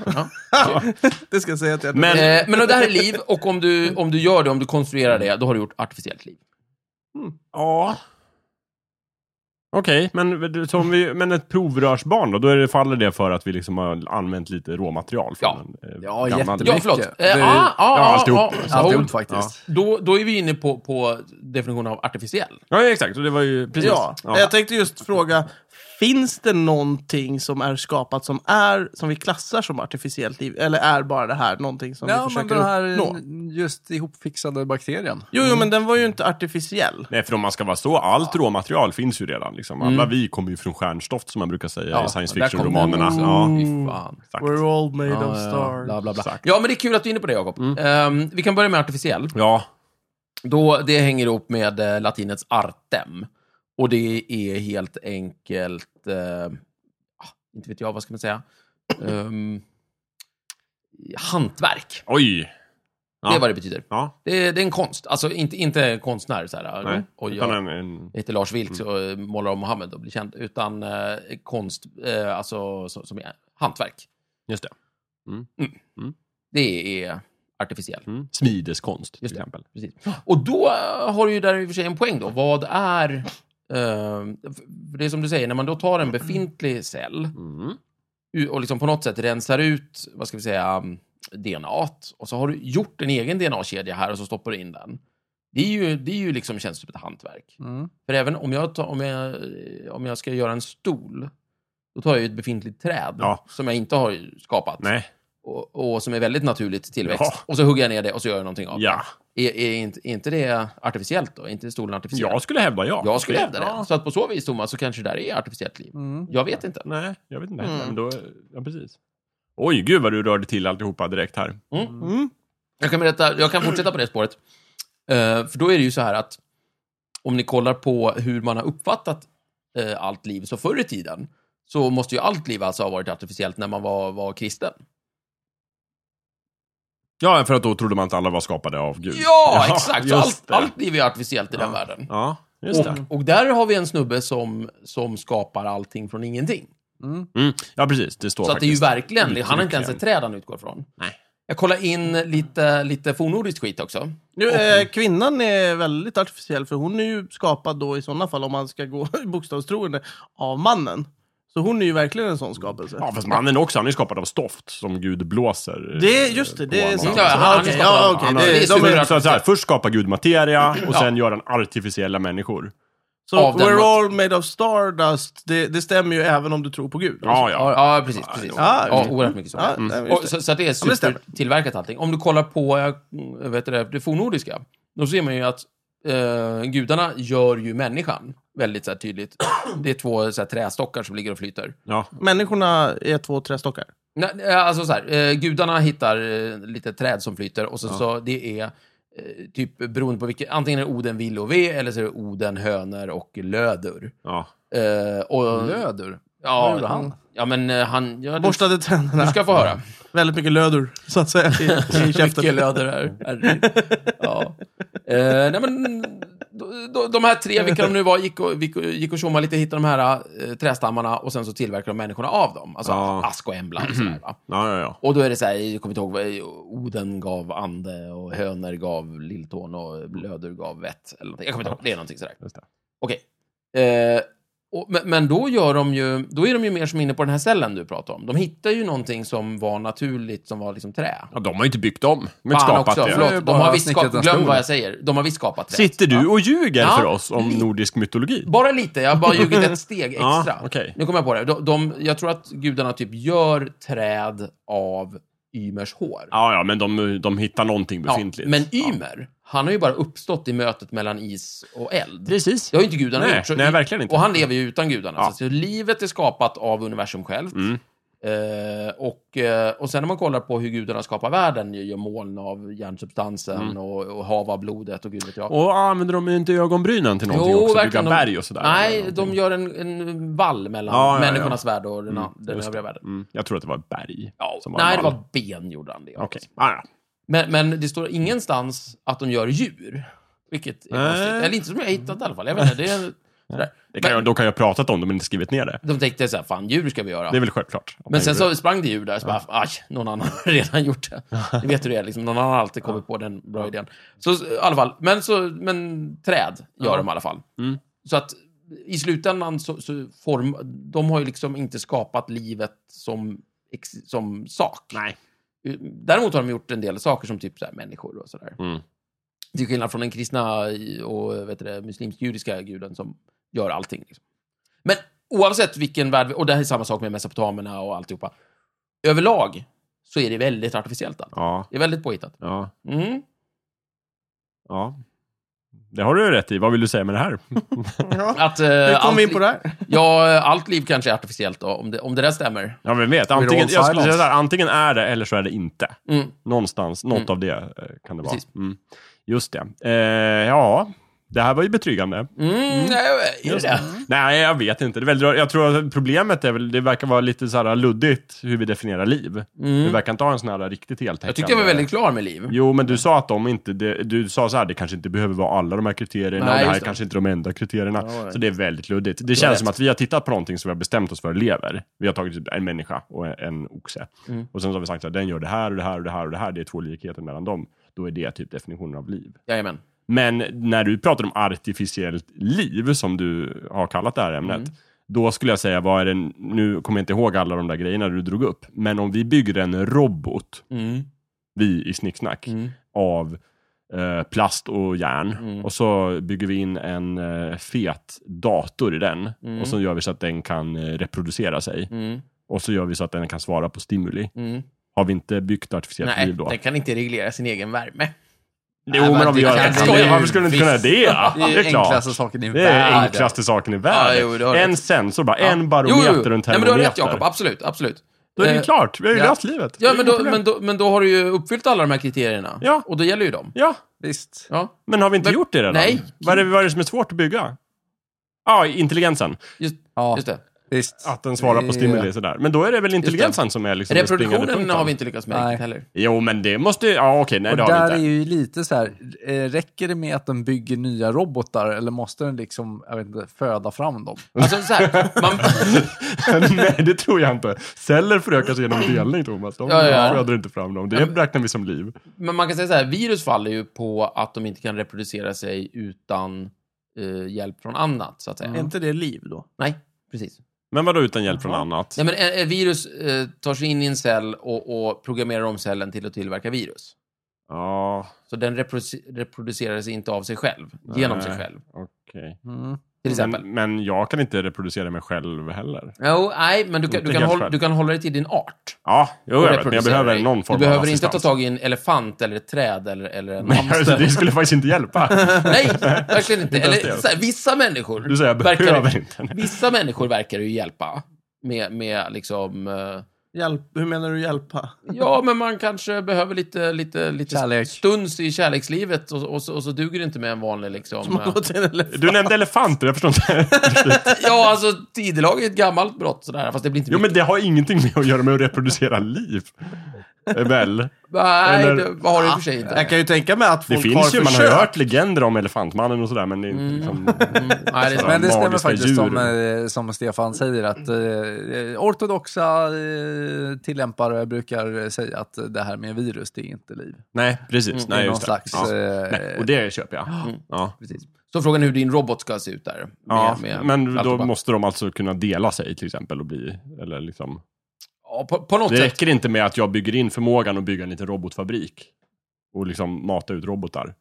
Speaker 2: Ja.
Speaker 1: det ska jag säga att jag
Speaker 3: Men-
Speaker 2: Eh, men det här är liv, och om du, om du gör det, om du konstruerar det, då har du gjort artificiellt liv.
Speaker 3: Ja. Okej, men, som vi- men ett provrörsbarn då? Då är det, faller det för att vi liksom har använt lite råmaterial från en eh,
Speaker 4: Ja,
Speaker 3: gammal...
Speaker 4: jättemycket.
Speaker 2: Ja, förlåt. Eh,
Speaker 4: Det-
Speaker 2: ah, ah,
Speaker 3: ja,
Speaker 2: ah,
Speaker 3: alltihop.
Speaker 2: ah,
Speaker 3: Alltihop.
Speaker 2: ah,
Speaker 4: Alltihop
Speaker 2: ah.
Speaker 4: faktiskt.
Speaker 2: Då, då är vi inne på, på definitionen av artificiell.
Speaker 3: Ja, exakt. Och det var ju... Precis.
Speaker 1: Ja. jag tänkte just fråga, finns det någonting som är skapat som, är, som vi klassar som artificiellt liv? Eller är bara det här någonting som vi
Speaker 4: Ja, men
Speaker 1: försöker
Speaker 4: den här
Speaker 1: uppnå?
Speaker 4: just ihopfixade bakterien.
Speaker 1: Jo, jo, men den var ju inte artificiell.
Speaker 3: Nej, för om man ska vara så, allt råmaterial finns ju redan. Liksom. Alla vi kommer ju från stjärnstoft, som man brukar säga i science
Speaker 2: Mm. där kom den
Speaker 3: fiction-romanerna.
Speaker 2: också.
Speaker 3: Ja,
Speaker 2: Fy fan.
Speaker 3: exakt.
Speaker 1: We're all made
Speaker 2: Ja,
Speaker 1: of
Speaker 2: ja, ja.
Speaker 1: stars.
Speaker 2: Bla, bla, bla. ja, men det är kul att du är inne på det, Jakob.
Speaker 3: Mm.
Speaker 2: Ehm, vi kan börja med artificiell.
Speaker 3: Ja,
Speaker 2: Då, det hänger ihop med eh, latinets artem. Och det är helt enkelt, eh, ah, inte vet jag, vad ska man säga? Um, hantverk,
Speaker 3: oj. Ja.
Speaker 2: det är vad det betyder.
Speaker 3: Ja,
Speaker 2: Det är, det är en konst, alltså inte, inte konstnär så här,
Speaker 3: nej.
Speaker 2: och
Speaker 3: Utan
Speaker 2: jag
Speaker 3: en, Mm. en...
Speaker 2: heter Lars Vilks och eh, målar om Mohammed och blir känd, utan eh, konst, eh, alltså så, som är hantverk.
Speaker 3: Just det.
Speaker 2: Det är artificiell.
Speaker 3: Mm. Smideskonst, till
Speaker 2: Just det.
Speaker 3: exempel.
Speaker 2: Precis. Och då eh, har du ju där i och för sig en poäng då. Vad är... Eh, för det är som du säger, när man då tar en befintlig cell
Speaker 3: Mm.
Speaker 2: u- och liksom på något sätt rensar ut, vad ska vi säga, um, DNA och så har du gjort en egen DNA-kedja här och så stoppar du in den. Det är ju, det är ju liksom, känns som ett hantverk.
Speaker 4: Mm.
Speaker 2: För även om jag, tar, om, jag, eh, om jag ska göra en stol, då tar jag ju ett befintligt träd
Speaker 3: Ja.
Speaker 2: som jag inte har skapat
Speaker 3: Nej,
Speaker 2: och, och som är väldigt naturligt till tillväxt.
Speaker 3: Ja.
Speaker 2: Och så hugger jag ner det och så gör jag någonting av det.
Speaker 3: ja.
Speaker 2: Är, är, inte, är inte det artificiellt då? Är inte stolen artificiell?
Speaker 3: Jag skulle hävda ja.
Speaker 2: jag skulle
Speaker 3: Det-
Speaker 2: hävda det.
Speaker 3: ja.
Speaker 2: Så att på så vis, Thomas, så kanske det där är artificiellt liv.
Speaker 4: Mm.
Speaker 2: Jag vet inte.
Speaker 3: Nej, jag vet inte.
Speaker 2: Mm.
Speaker 3: Men då, ja, precis. Oj, gud vad du rörde till alltihopa direkt här.
Speaker 2: Mm. Jag kan, berätta, jag kan fortsätta på det spåret. Eh, för då är det ju så här att om ni kollar på hur man har uppfattat eh, allt liv, så förr i tiden så måste ju allt liv alltså ha varit artificiellt när man var, var kristen.
Speaker 3: Ja, för att då trodde man att alla var skapade av Gud.
Speaker 2: Ja, exakt! Så
Speaker 3: just
Speaker 2: allt,
Speaker 3: det.
Speaker 2: allt liv är artificiellt i den världen.
Speaker 3: Ja, just det.
Speaker 2: Och, och där har vi en snubbe som, som skapar allting från ingenting.
Speaker 3: Mm. Ja, precis. Det står
Speaker 2: Så att det är ju
Speaker 3: faktiskt.
Speaker 2: verkligen, han har inte ens ett
Speaker 3: uttryckligen.
Speaker 2: träd han utgår från. Jag kollar in lite, lite fornnordiskt skit också.
Speaker 1: Nu, eh, kvinnan är väldigt artificiell, för hon är ju skapad då i sådana fall, om man ska gå i bokstavstroende, av mannen. Så hon är ju verkligen en sån skapelse.
Speaker 3: Ja, fast mannen också. Han är skapad av stoft som Gud blåser. eh,
Speaker 1: Det, just det, det är sant.
Speaker 2: Ja, han är
Speaker 1: okej,
Speaker 2: skapad av-
Speaker 1: ja, okej,
Speaker 3: Han
Speaker 1: det-
Speaker 3: har,
Speaker 2: är
Speaker 1: de är-
Speaker 2: super-
Speaker 3: så, så, så här, först skapar Gud materia och
Speaker 2: Ja.
Speaker 3: sen gör han artificiella människor.
Speaker 1: Så
Speaker 2: av den
Speaker 1: we're
Speaker 2: mat-
Speaker 1: all made of stardust, det, det stämmer ju även om du tror på Gud.
Speaker 3: Ja, Mm. ja.
Speaker 2: Ja, ja precis. precis.
Speaker 1: Ja,
Speaker 2: Ja,
Speaker 1: just det.
Speaker 2: oerhört mycket så.
Speaker 1: Ja, nej, men just
Speaker 2: Och,
Speaker 1: det.
Speaker 2: så, så att det är
Speaker 1: men det stämmer.
Speaker 2: supertillverkat allting. Om du kollar på eh, vet du det, det fornnordiska, då ser man ju att eh, gudarna gör ju människan väldigt så här, tydligt. Det är två så här, trästockar som ligger och flyter.
Speaker 3: ja.
Speaker 1: Människorna är två trästockar.
Speaker 3: Mm.
Speaker 2: Nej, eh, alltså så här, eh, gudarna hittar eh, lite träd som flyter och så, så det är eh, typ beroende på vilket, antingen är det Oden, vill och ve eller så är det Oden, höner och lödur.
Speaker 3: ja.
Speaker 2: Eh, och,
Speaker 4: Lödur?
Speaker 2: Ja,
Speaker 4: Vad gjorde han?
Speaker 2: Ja, men eh, han... Ja, du,
Speaker 1: Borstade tänderna.
Speaker 2: du ska få höra.
Speaker 1: Väldigt mycket lödur, så att säga, i, i käften.
Speaker 2: Mycket löder här. Herregud. Ja. Eh, nej, men, de- de- de här tre, vilka de nu var, gick och, gick och, gick och tjommade lite, hittade de här eh, trästammarna och sen så tillverkade de människorna av dem. Alltså
Speaker 3: Ja.
Speaker 2: ask och embla och sådär. Va?
Speaker 3: ja, ja, ja.
Speaker 2: Och då är det så här, jag kommer inte ihåg, vad- Oden gav ande och höner gav lilltån och löder gav vett. Eller någonting. jag kommer inte ihåg, det är någonting sådär.
Speaker 3: Just det.
Speaker 2: Okej. Eh, och- men, men då gör de ju, då är de ju mer som inne på den här ställen du pratar om. De hittar ju någonting som var naturligt, som var liksom trä.
Speaker 3: ja. De har ju inte byggt om. De har inte
Speaker 2: Fan
Speaker 3: skapat
Speaker 2: också,
Speaker 3: det.
Speaker 4: Det är ju
Speaker 2: förlåt. De
Speaker 4: bara
Speaker 2: har visst
Speaker 4: snickrat
Speaker 2: skapat,
Speaker 4: en
Speaker 2: glöm
Speaker 4: stol.
Speaker 2: vad jag säger. De har visst skapat rätt.
Speaker 3: Sitter du och ljuger
Speaker 2: Ja.
Speaker 3: för oss om nordisk mytologi?
Speaker 2: Bara lite, jag har bara ljugit ett steg
Speaker 3: Ja,
Speaker 2: extra.
Speaker 3: okej.
Speaker 2: Nu kommer jag på det. De, de, jag tror att gudarna typ gör träd av Ymers hår.
Speaker 3: Ja, ja, men de, de hittar någonting befintligt.
Speaker 2: men Ymer, han har ju bara uppstått i mötet mellan is och eld.
Speaker 3: Precis.
Speaker 2: Det har ju inte gudarna
Speaker 3: Nej,
Speaker 2: gjort. så-
Speaker 3: nej, verkligen inte.
Speaker 2: Och han lever ju utan gudarna.
Speaker 3: Ja.
Speaker 2: Så att livet är skapat av universum självt.
Speaker 3: Mm.
Speaker 2: Eh, och, eh, och sen när man kollar på hur gudarna skapar världen, gör moln av järnsubstansen
Speaker 3: Mm.
Speaker 2: och, och hav av blodet och gud vet jag.
Speaker 3: Och använder de inte ögonbrynen till någonting också? Bygga
Speaker 2: de-
Speaker 3: berg och sådär?
Speaker 2: Nej,
Speaker 3: Eller
Speaker 2: de gör en, en vall mellan
Speaker 3: Ja, ja, ja.
Speaker 2: människornas värld och den, den
Speaker 3: just
Speaker 2: övriga världen.
Speaker 3: Mm. Jag tror att det var ett berg.
Speaker 2: Ja,
Speaker 3: som
Speaker 2: nej,
Speaker 3: en
Speaker 2: det
Speaker 3: vall.
Speaker 2: var ben gjorde han det.
Speaker 3: Okej. Ah, ja.
Speaker 2: Men, men det står ingenstans att de gör djur. Vilket är
Speaker 3: Nej.
Speaker 2: konstigt. Eller inte som jag har hittat i alla fall. Jag vet inte, det är, sådär.
Speaker 3: det kan
Speaker 2: Men-
Speaker 3: jag, då kan jag ha pratat om det, men inte skrivit ner det.
Speaker 2: De tänkte så här, fan djur ska vi göra.
Speaker 3: Det är väl självklart. att
Speaker 2: Men
Speaker 3: de
Speaker 2: sen
Speaker 3: gjorde
Speaker 2: så sprang det djur där, så bara, "Ah, aj, någon annan har redan gjort det. Ni vet hur det är, liksom, någon annan har alltid kommit på den bra idén. Så i alla fall, men, så, men träd gör de i alla fall.
Speaker 3: Mm.
Speaker 2: Så att i slutändan så, så form, de har ju liksom inte skapat livet som, ex, som sak.
Speaker 3: Nej.
Speaker 2: Däremot har de gjort en del saker som typ så här, människor och sådär.
Speaker 3: Mm.
Speaker 2: Till skillnad från den kristna och vet du det, muslimsk-judiska guden som gör allting. Liksom. Men oavsett vilken värld, vi- och det här är samma sak med mesopotamerna och alltihopa. Överlag så är det väldigt artificiellt. Allt.
Speaker 3: Ja,
Speaker 2: Det är väldigt påhittat.
Speaker 3: ja,
Speaker 2: Mm.
Speaker 3: ja. Det har du rätt i. Vad vill du säga med det här?
Speaker 1: Ja.
Speaker 2: Att, eh,
Speaker 1: Hur kom
Speaker 2: allt
Speaker 1: vi in på
Speaker 2: li-
Speaker 1: det här?
Speaker 2: Ja, eh, allt liv kanske är artificiellt, då, om, det, om det där stämmer.
Speaker 3: Ja, vem vet. Antingen,
Speaker 4: all
Speaker 3: jag skulle säga
Speaker 4: silence.
Speaker 3: så här, antingen är det eller så är det inte.
Speaker 2: Mm.
Speaker 3: Någonstans, något
Speaker 2: Mm.
Speaker 3: av det eh, kan det vara.
Speaker 2: Precis.
Speaker 3: Mm. Just det. Eh, ja, det här var ju betryggande.
Speaker 2: Mm, nej, är det
Speaker 3: Just
Speaker 2: det?
Speaker 3: Nej, jag vet inte. Det är väldigt, jag tror att problemet är väl, det verkar vara lite så här luddigt hur vi definierar liv. Vi verkar inte ha en sån här riktigt heltäckande...
Speaker 2: Mm. Jag tyckte jag var väldigt klar med liv.
Speaker 3: Jo, men du sa att de inte, det, du sa så här, det kanske inte behöver vara alla de här kriterierna,
Speaker 2: Nej,
Speaker 3: och det här
Speaker 2: just
Speaker 3: är
Speaker 2: det.
Speaker 3: kanske inte de enda kriterierna.
Speaker 2: Ja, right.
Speaker 3: Så det är väldigt luddigt. Det
Speaker 2: rätt.
Speaker 3: känns som att vi har tittat på någonting som vi har bestämt oss för lever. Vi har tagit typ en människa och en- en oxe.
Speaker 2: Mm.
Speaker 3: Och sen så har vi sagt att den gör det här och det här och det här och det här, det är två likheter mellan dem. Då är det typ definitionen av liv.
Speaker 2: Jajamän.
Speaker 3: Men när du pratar om artificiellt liv, som du har kallat det här ämnet,
Speaker 2: Mm.
Speaker 3: då skulle jag säga, vad är det, nu kommer jag inte ihåg alla de där grejerna du drog upp, men om vi bygger en robot,
Speaker 2: Mm.
Speaker 3: vi i Snicksnack,
Speaker 2: Mm.
Speaker 3: av eh, plast och järn,
Speaker 2: Mm.
Speaker 3: och så bygger vi in en eh, fet dator i den,
Speaker 2: Mm.
Speaker 3: och så gör vi så att den kan eh, reproducera sig,
Speaker 2: Mm.
Speaker 3: och så gör vi så att den kan svara på stimuli.
Speaker 2: Mm.
Speaker 3: Har vi inte byggt artificiellt
Speaker 2: Nej,
Speaker 3: liv då?
Speaker 2: den kan inte reglera sin egen värme.
Speaker 3: Jo, men om vi gör
Speaker 2: det
Speaker 3: det.
Speaker 2: kan
Speaker 4: vi ju
Speaker 3: Varför skulle du inte kunna
Speaker 2: visst.
Speaker 3: det? Ja,
Speaker 4: Det är,
Speaker 3: det är klart.
Speaker 4: enklaste saken i
Speaker 3: Det är
Speaker 4: världen.
Speaker 3: enklaste saken i världen.
Speaker 2: Ja, jo, det har
Speaker 3: en
Speaker 2: rätt.
Speaker 3: sensor bara,
Speaker 2: Ja.
Speaker 3: en barometer
Speaker 2: Jo, jo,
Speaker 3: och
Speaker 2: jo.
Speaker 3: en termometer.
Speaker 2: Nej, men du har rätt, Jakob. Absolut, absolut.
Speaker 3: Då är det
Speaker 2: Eh,
Speaker 3: klart, vi har ju
Speaker 4: ja.
Speaker 3: löst livet. Det
Speaker 2: Ja,
Speaker 3: är
Speaker 2: men
Speaker 3: inga
Speaker 2: då,
Speaker 3: problem.
Speaker 2: men, då, men då har du ju uppfyllt alla de här kriterierna.
Speaker 3: Ja.
Speaker 2: Och då gäller ju de.
Speaker 3: Ja,
Speaker 4: Visst.
Speaker 2: Ja,
Speaker 3: men har vi inte
Speaker 2: Men-
Speaker 3: gjort det redan?
Speaker 2: nej.
Speaker 3: Vad är, det, vad är det som är svårt att bygga? Ja, intelligensen.
Speaker 2: just,
Speaker 4: Ja,
Speaker 2: just det.
Speaker 4: visst.
Speaker 3: Att den svarar på stimuli sådär. Men då är det väl intelligensen som är liksom den springande
Speaker 2: Reproduktionen
Speaker 3: punkten.
Speaker 2: har vi inte lyckats med
Speaker 4: Nej.
Speaker 2: riktigt heller.
Speaker 3: Jo, men det måste ju... Ja, okej, nej
Speaker 4: Och
Speaker 3: det har
Speaker 4: där
Speaker 3: vi
Speaker 4: är
Speaker 3: inte.
Speaker 4: ju lite så här, eh, räcker det med att den bygger nya robotar eller måste den liksom, jag vet inte, föda fram dem?
Speaker 2: Alltså så här, man,
Speaker 3: nej, det tror jag inte. Celler förökar sig genom delning, Thomas. De
Speaker 2: Ja, ja.
Speaker 3: föder inte fram dem. Det räknar vi som liv.
Speaker 2: men man kan säga så här, virus faller ju på att de inte kan reproducera sig utan eh, hjälp från annat, så att säga.
Speaker 1: Mm. Är inte det liv då?
Speaker 2: Nej, precis.
Speaker 3: Men vadå utan hjälp från annat?
Speaker 2: Nej, men ett- ett virus eh, tar sig in i en cell och, och programmerar om cellen till att tillverka virus.
Speaker 3: Ja,
Speaker 2: Så den reproduc- reproducerar sig inte av sig själv, genom
Speaker 3: Nej.
Speaker 2: sig själv.
Speaker 3: okej.
Speaker 4: Mm.
Speaker 2: Till exempel.
Speaker 3: Men, men jag kan inte reproducera mig själv heller.
Speaker 2: Jo, nej, men du, kan- du,
Speaker 3: Inte
Speaker 2: kan
Speaker 3: helt
Speaker 2: hålla,
Speaker 3: själv.
Speaker 2: du kan hålla dig till din art.
Speaker 3: Ja, jo,
Speaker 2: och
Speaker 3: jag vet, men jag
Speaker 2: reproducera
Speaker 3: behöver
Speaker 2: dig.
Speaker 3: någon form
Speaker 2: Du behöver
Speaker 3: av
Speaker 2: inte
Speaker 3: assistans.
Speaker 2: ta tag i en elefant eller ett träd eller, eller en
Speaker 3: Nej, alltså,
Speaker 2: hamster.
Speaker 3: det skulle faktiskt inte hjälpa.
Speaker 2: Nej, verkligen inte.
Speaker 3: Inte ens
Speaker 2: Eller,
Speaker 3: det.
Speaker 2: så här, vissa människor
Speaker 3: Du säger jag behöver
Speaker 2: verkar,
Speaker 3: inte.
Speaker 2: vissa människor verkar ju hjälpa. Med, med liksom... eh,
Speaker 1: Hjälp, hur menar du hjälpa?
Speaker 2: Ja, men man kanske behöver lite, lite, lite
Speaker 4: Kärlek.
Speaker 2: stuns i kärlekslivet och, och, så, och så duger det inte med en vanlig liksom...
Speaker 1: Man
Speaker 2: eh,
Speaker 1: går till en elefant.
Speaker 3: Du nämnde elefanter, jag förstår inte.
Speaker 2: Ja, alltså tidelag är ett gammalt brott sådär, fast det blir inte
Speaker 3: Jo, men det har ingenting med att göra med att reproducera liv. Eh, Väl?
Speaker 2: Nej,
Speaker 3: eller-
Speaker 2: det har det i och för sig inte.
Speaker 1: Jag kan ju tänka mig att
Speaker 3: Det
Speaker 1: folk har
Speaker 3: finns ju, man har
Speaker 1: försökt.
Speaker 3: ju hört legender om elefantmannen och sådär, men det är inte liksom...
Speaker 2: Nej, det är sant.
Speaker 4: Men det stämmer
Speaker 3: magiska
Speaker 4: faktiskt
Speaker 3: djur.
Speaker 4: som, eh, som Stefan säger att eh, ortodoxa eh, tillämpare brukar säga att det här med virus, det är inte liv.
Speaker 3: Nej, precis.
Speaker 4: det
Speaker 3: Nej,
Speaker 4: är någon
Speaker 3: just det.
Speaker 4: slags...
Speaker 3: Ja.
Speaker 4: eh,
Speaker 3: Nej, och det köper jag. Ja.
Speaker 4: Precis.
Speaker 2: Så frågan är hur din robot ska se ut där. Med,
Speaker 3: Ja,
Speaker 2: med
Speaker 3: men
Speaker 2: allt
Speaker 3: då
Speaker 2: och bara-
Speaker 3: måste de alltså kunna dela sig till exempel och bli, eller liksom.
Speaker 2: Ja, på, på något
Speaker 3: Det
Speaker 2: sätt.
Speaker 3: räcker inte med att jag bygger in förmågan att bygga en liten robotfabrik och liksom mata ut robotar. Sådär.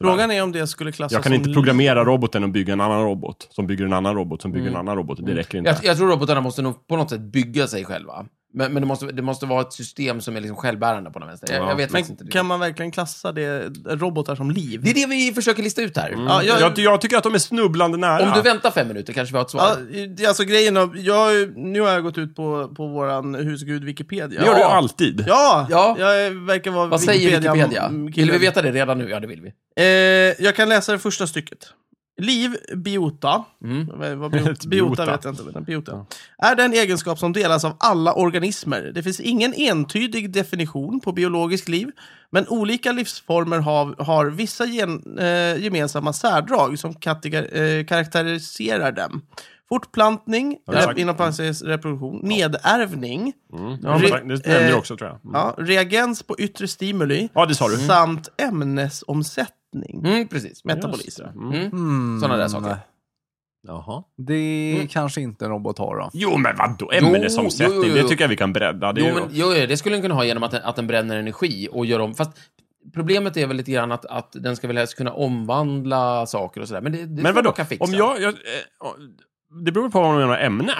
Speaker 1: Frågan är om det skulle klassas
Speaker 3: jag kan
Speaker 1: som
Speaker 3: inte programmera roboten och bygga en annan robot, som bygger en annan robot, som bygger en annan robot. Det räcker inte.
Speaker 2: Jag, jag tror robotarna måste nog på något sätt bygga sig själva. Men, men det, måste, det måste vara ett system som är liksom självbärande på något vänster. Jag,
Speaker 3: Ja.
Speaker 2: jag vet
Speaker 1: Men
Speaker 2: faktiskt inte.
Speaker 1: kan man verkligen klassa det, robotar som liv?
Speaker 2: Det är det vi försöker lista ut här.
Speaker 1: Ja, jag-
Speaker 3: jag, jag, tycker att de är snubblande nära.
Speaker 2: Om du väntar fem minuter kanske vi har ett svar.
Speaker 1: Ja, det- alltså grejen av, jag, nu har jag gått ut på, på våran husgud Wikipedia.
Speaker 3: Det gör du
Speaker 2: Ja.
Speaker 3: alltid.
Speaker 1: Ja,
Speaker 2: Ja.
Speaker 1: jag verkar vara
Speaker 2: Vad säger Wikipedia?
Speaker 1: mm, killen.
Speaker 2: Vill vi veta det redan nu? Ja, det vill vi.
Speaker 1: Eh, jag kan läsa det första stycket. Liv, biota.
Speaker 2: Mm.
Speaker 1: Vad- Vad biota, biota
Speaker 3: Biota.
Speaker 1: vet jag inte, men biota. Är den egenskap som delas av alla organismer. Det finns ingen entydig definition på biologiskt liv, men olika livsformer har, har vissa gen, eh, gemensamma särdrag som kategor- eh, karaktäriserar dem. Fortplantning,
Speaker 3: det har jag
Speaker 1: rep-
Speaker 3: sagt.
Speaker 1: inom parentes reproduktion, nedärvning,
Speaker 3: Mm.
Speaker 2: Ja,
Speaker 3: det
Speaker 1: men-
Speaker 3: nämnde du
Speaker 2: eh,
Speaker 3: också tror jag. Mm.
Speaker 1: ja, reagens på yttre stimuli,
Speaker 3: Ja, det sa du.
Speaker 1: samt ämnesomsättning.
Speaker 2: Mm, precis.
Speaker 1: Metabolism.
Speaker 3: Mm.
Speaker 2: Mm.
Speaker 4: Mm,
Speaker 2: Sådana där saker.
Speaker 3: Jaha.
Speaker 4: Det kanske inte en robot har då.
Speaker 3: Jo, men vadå?
Speaker 2: Jo,
Speaker 3: Ämnesomsättning,
Speaker 2: jo, jo, jo.
Speaker 3: det tycker jag vi kan bredda. Det är
Speaker 2: Jo,
Speaker 3: ju-
Speaker 2: men, jo, jo, det skulle den kunna ha genom att den, att den bränner energi och gör om. Fast problemet är väl lite grann att, att den ska väl helst kunna omvandla saker och sådär. Men, det, det tror
Speaker 3: Men vadå?
Speaker 2: kan fixa.
Speaker 3: Om jag, jag, eh, det beror på vad man menar med ämne.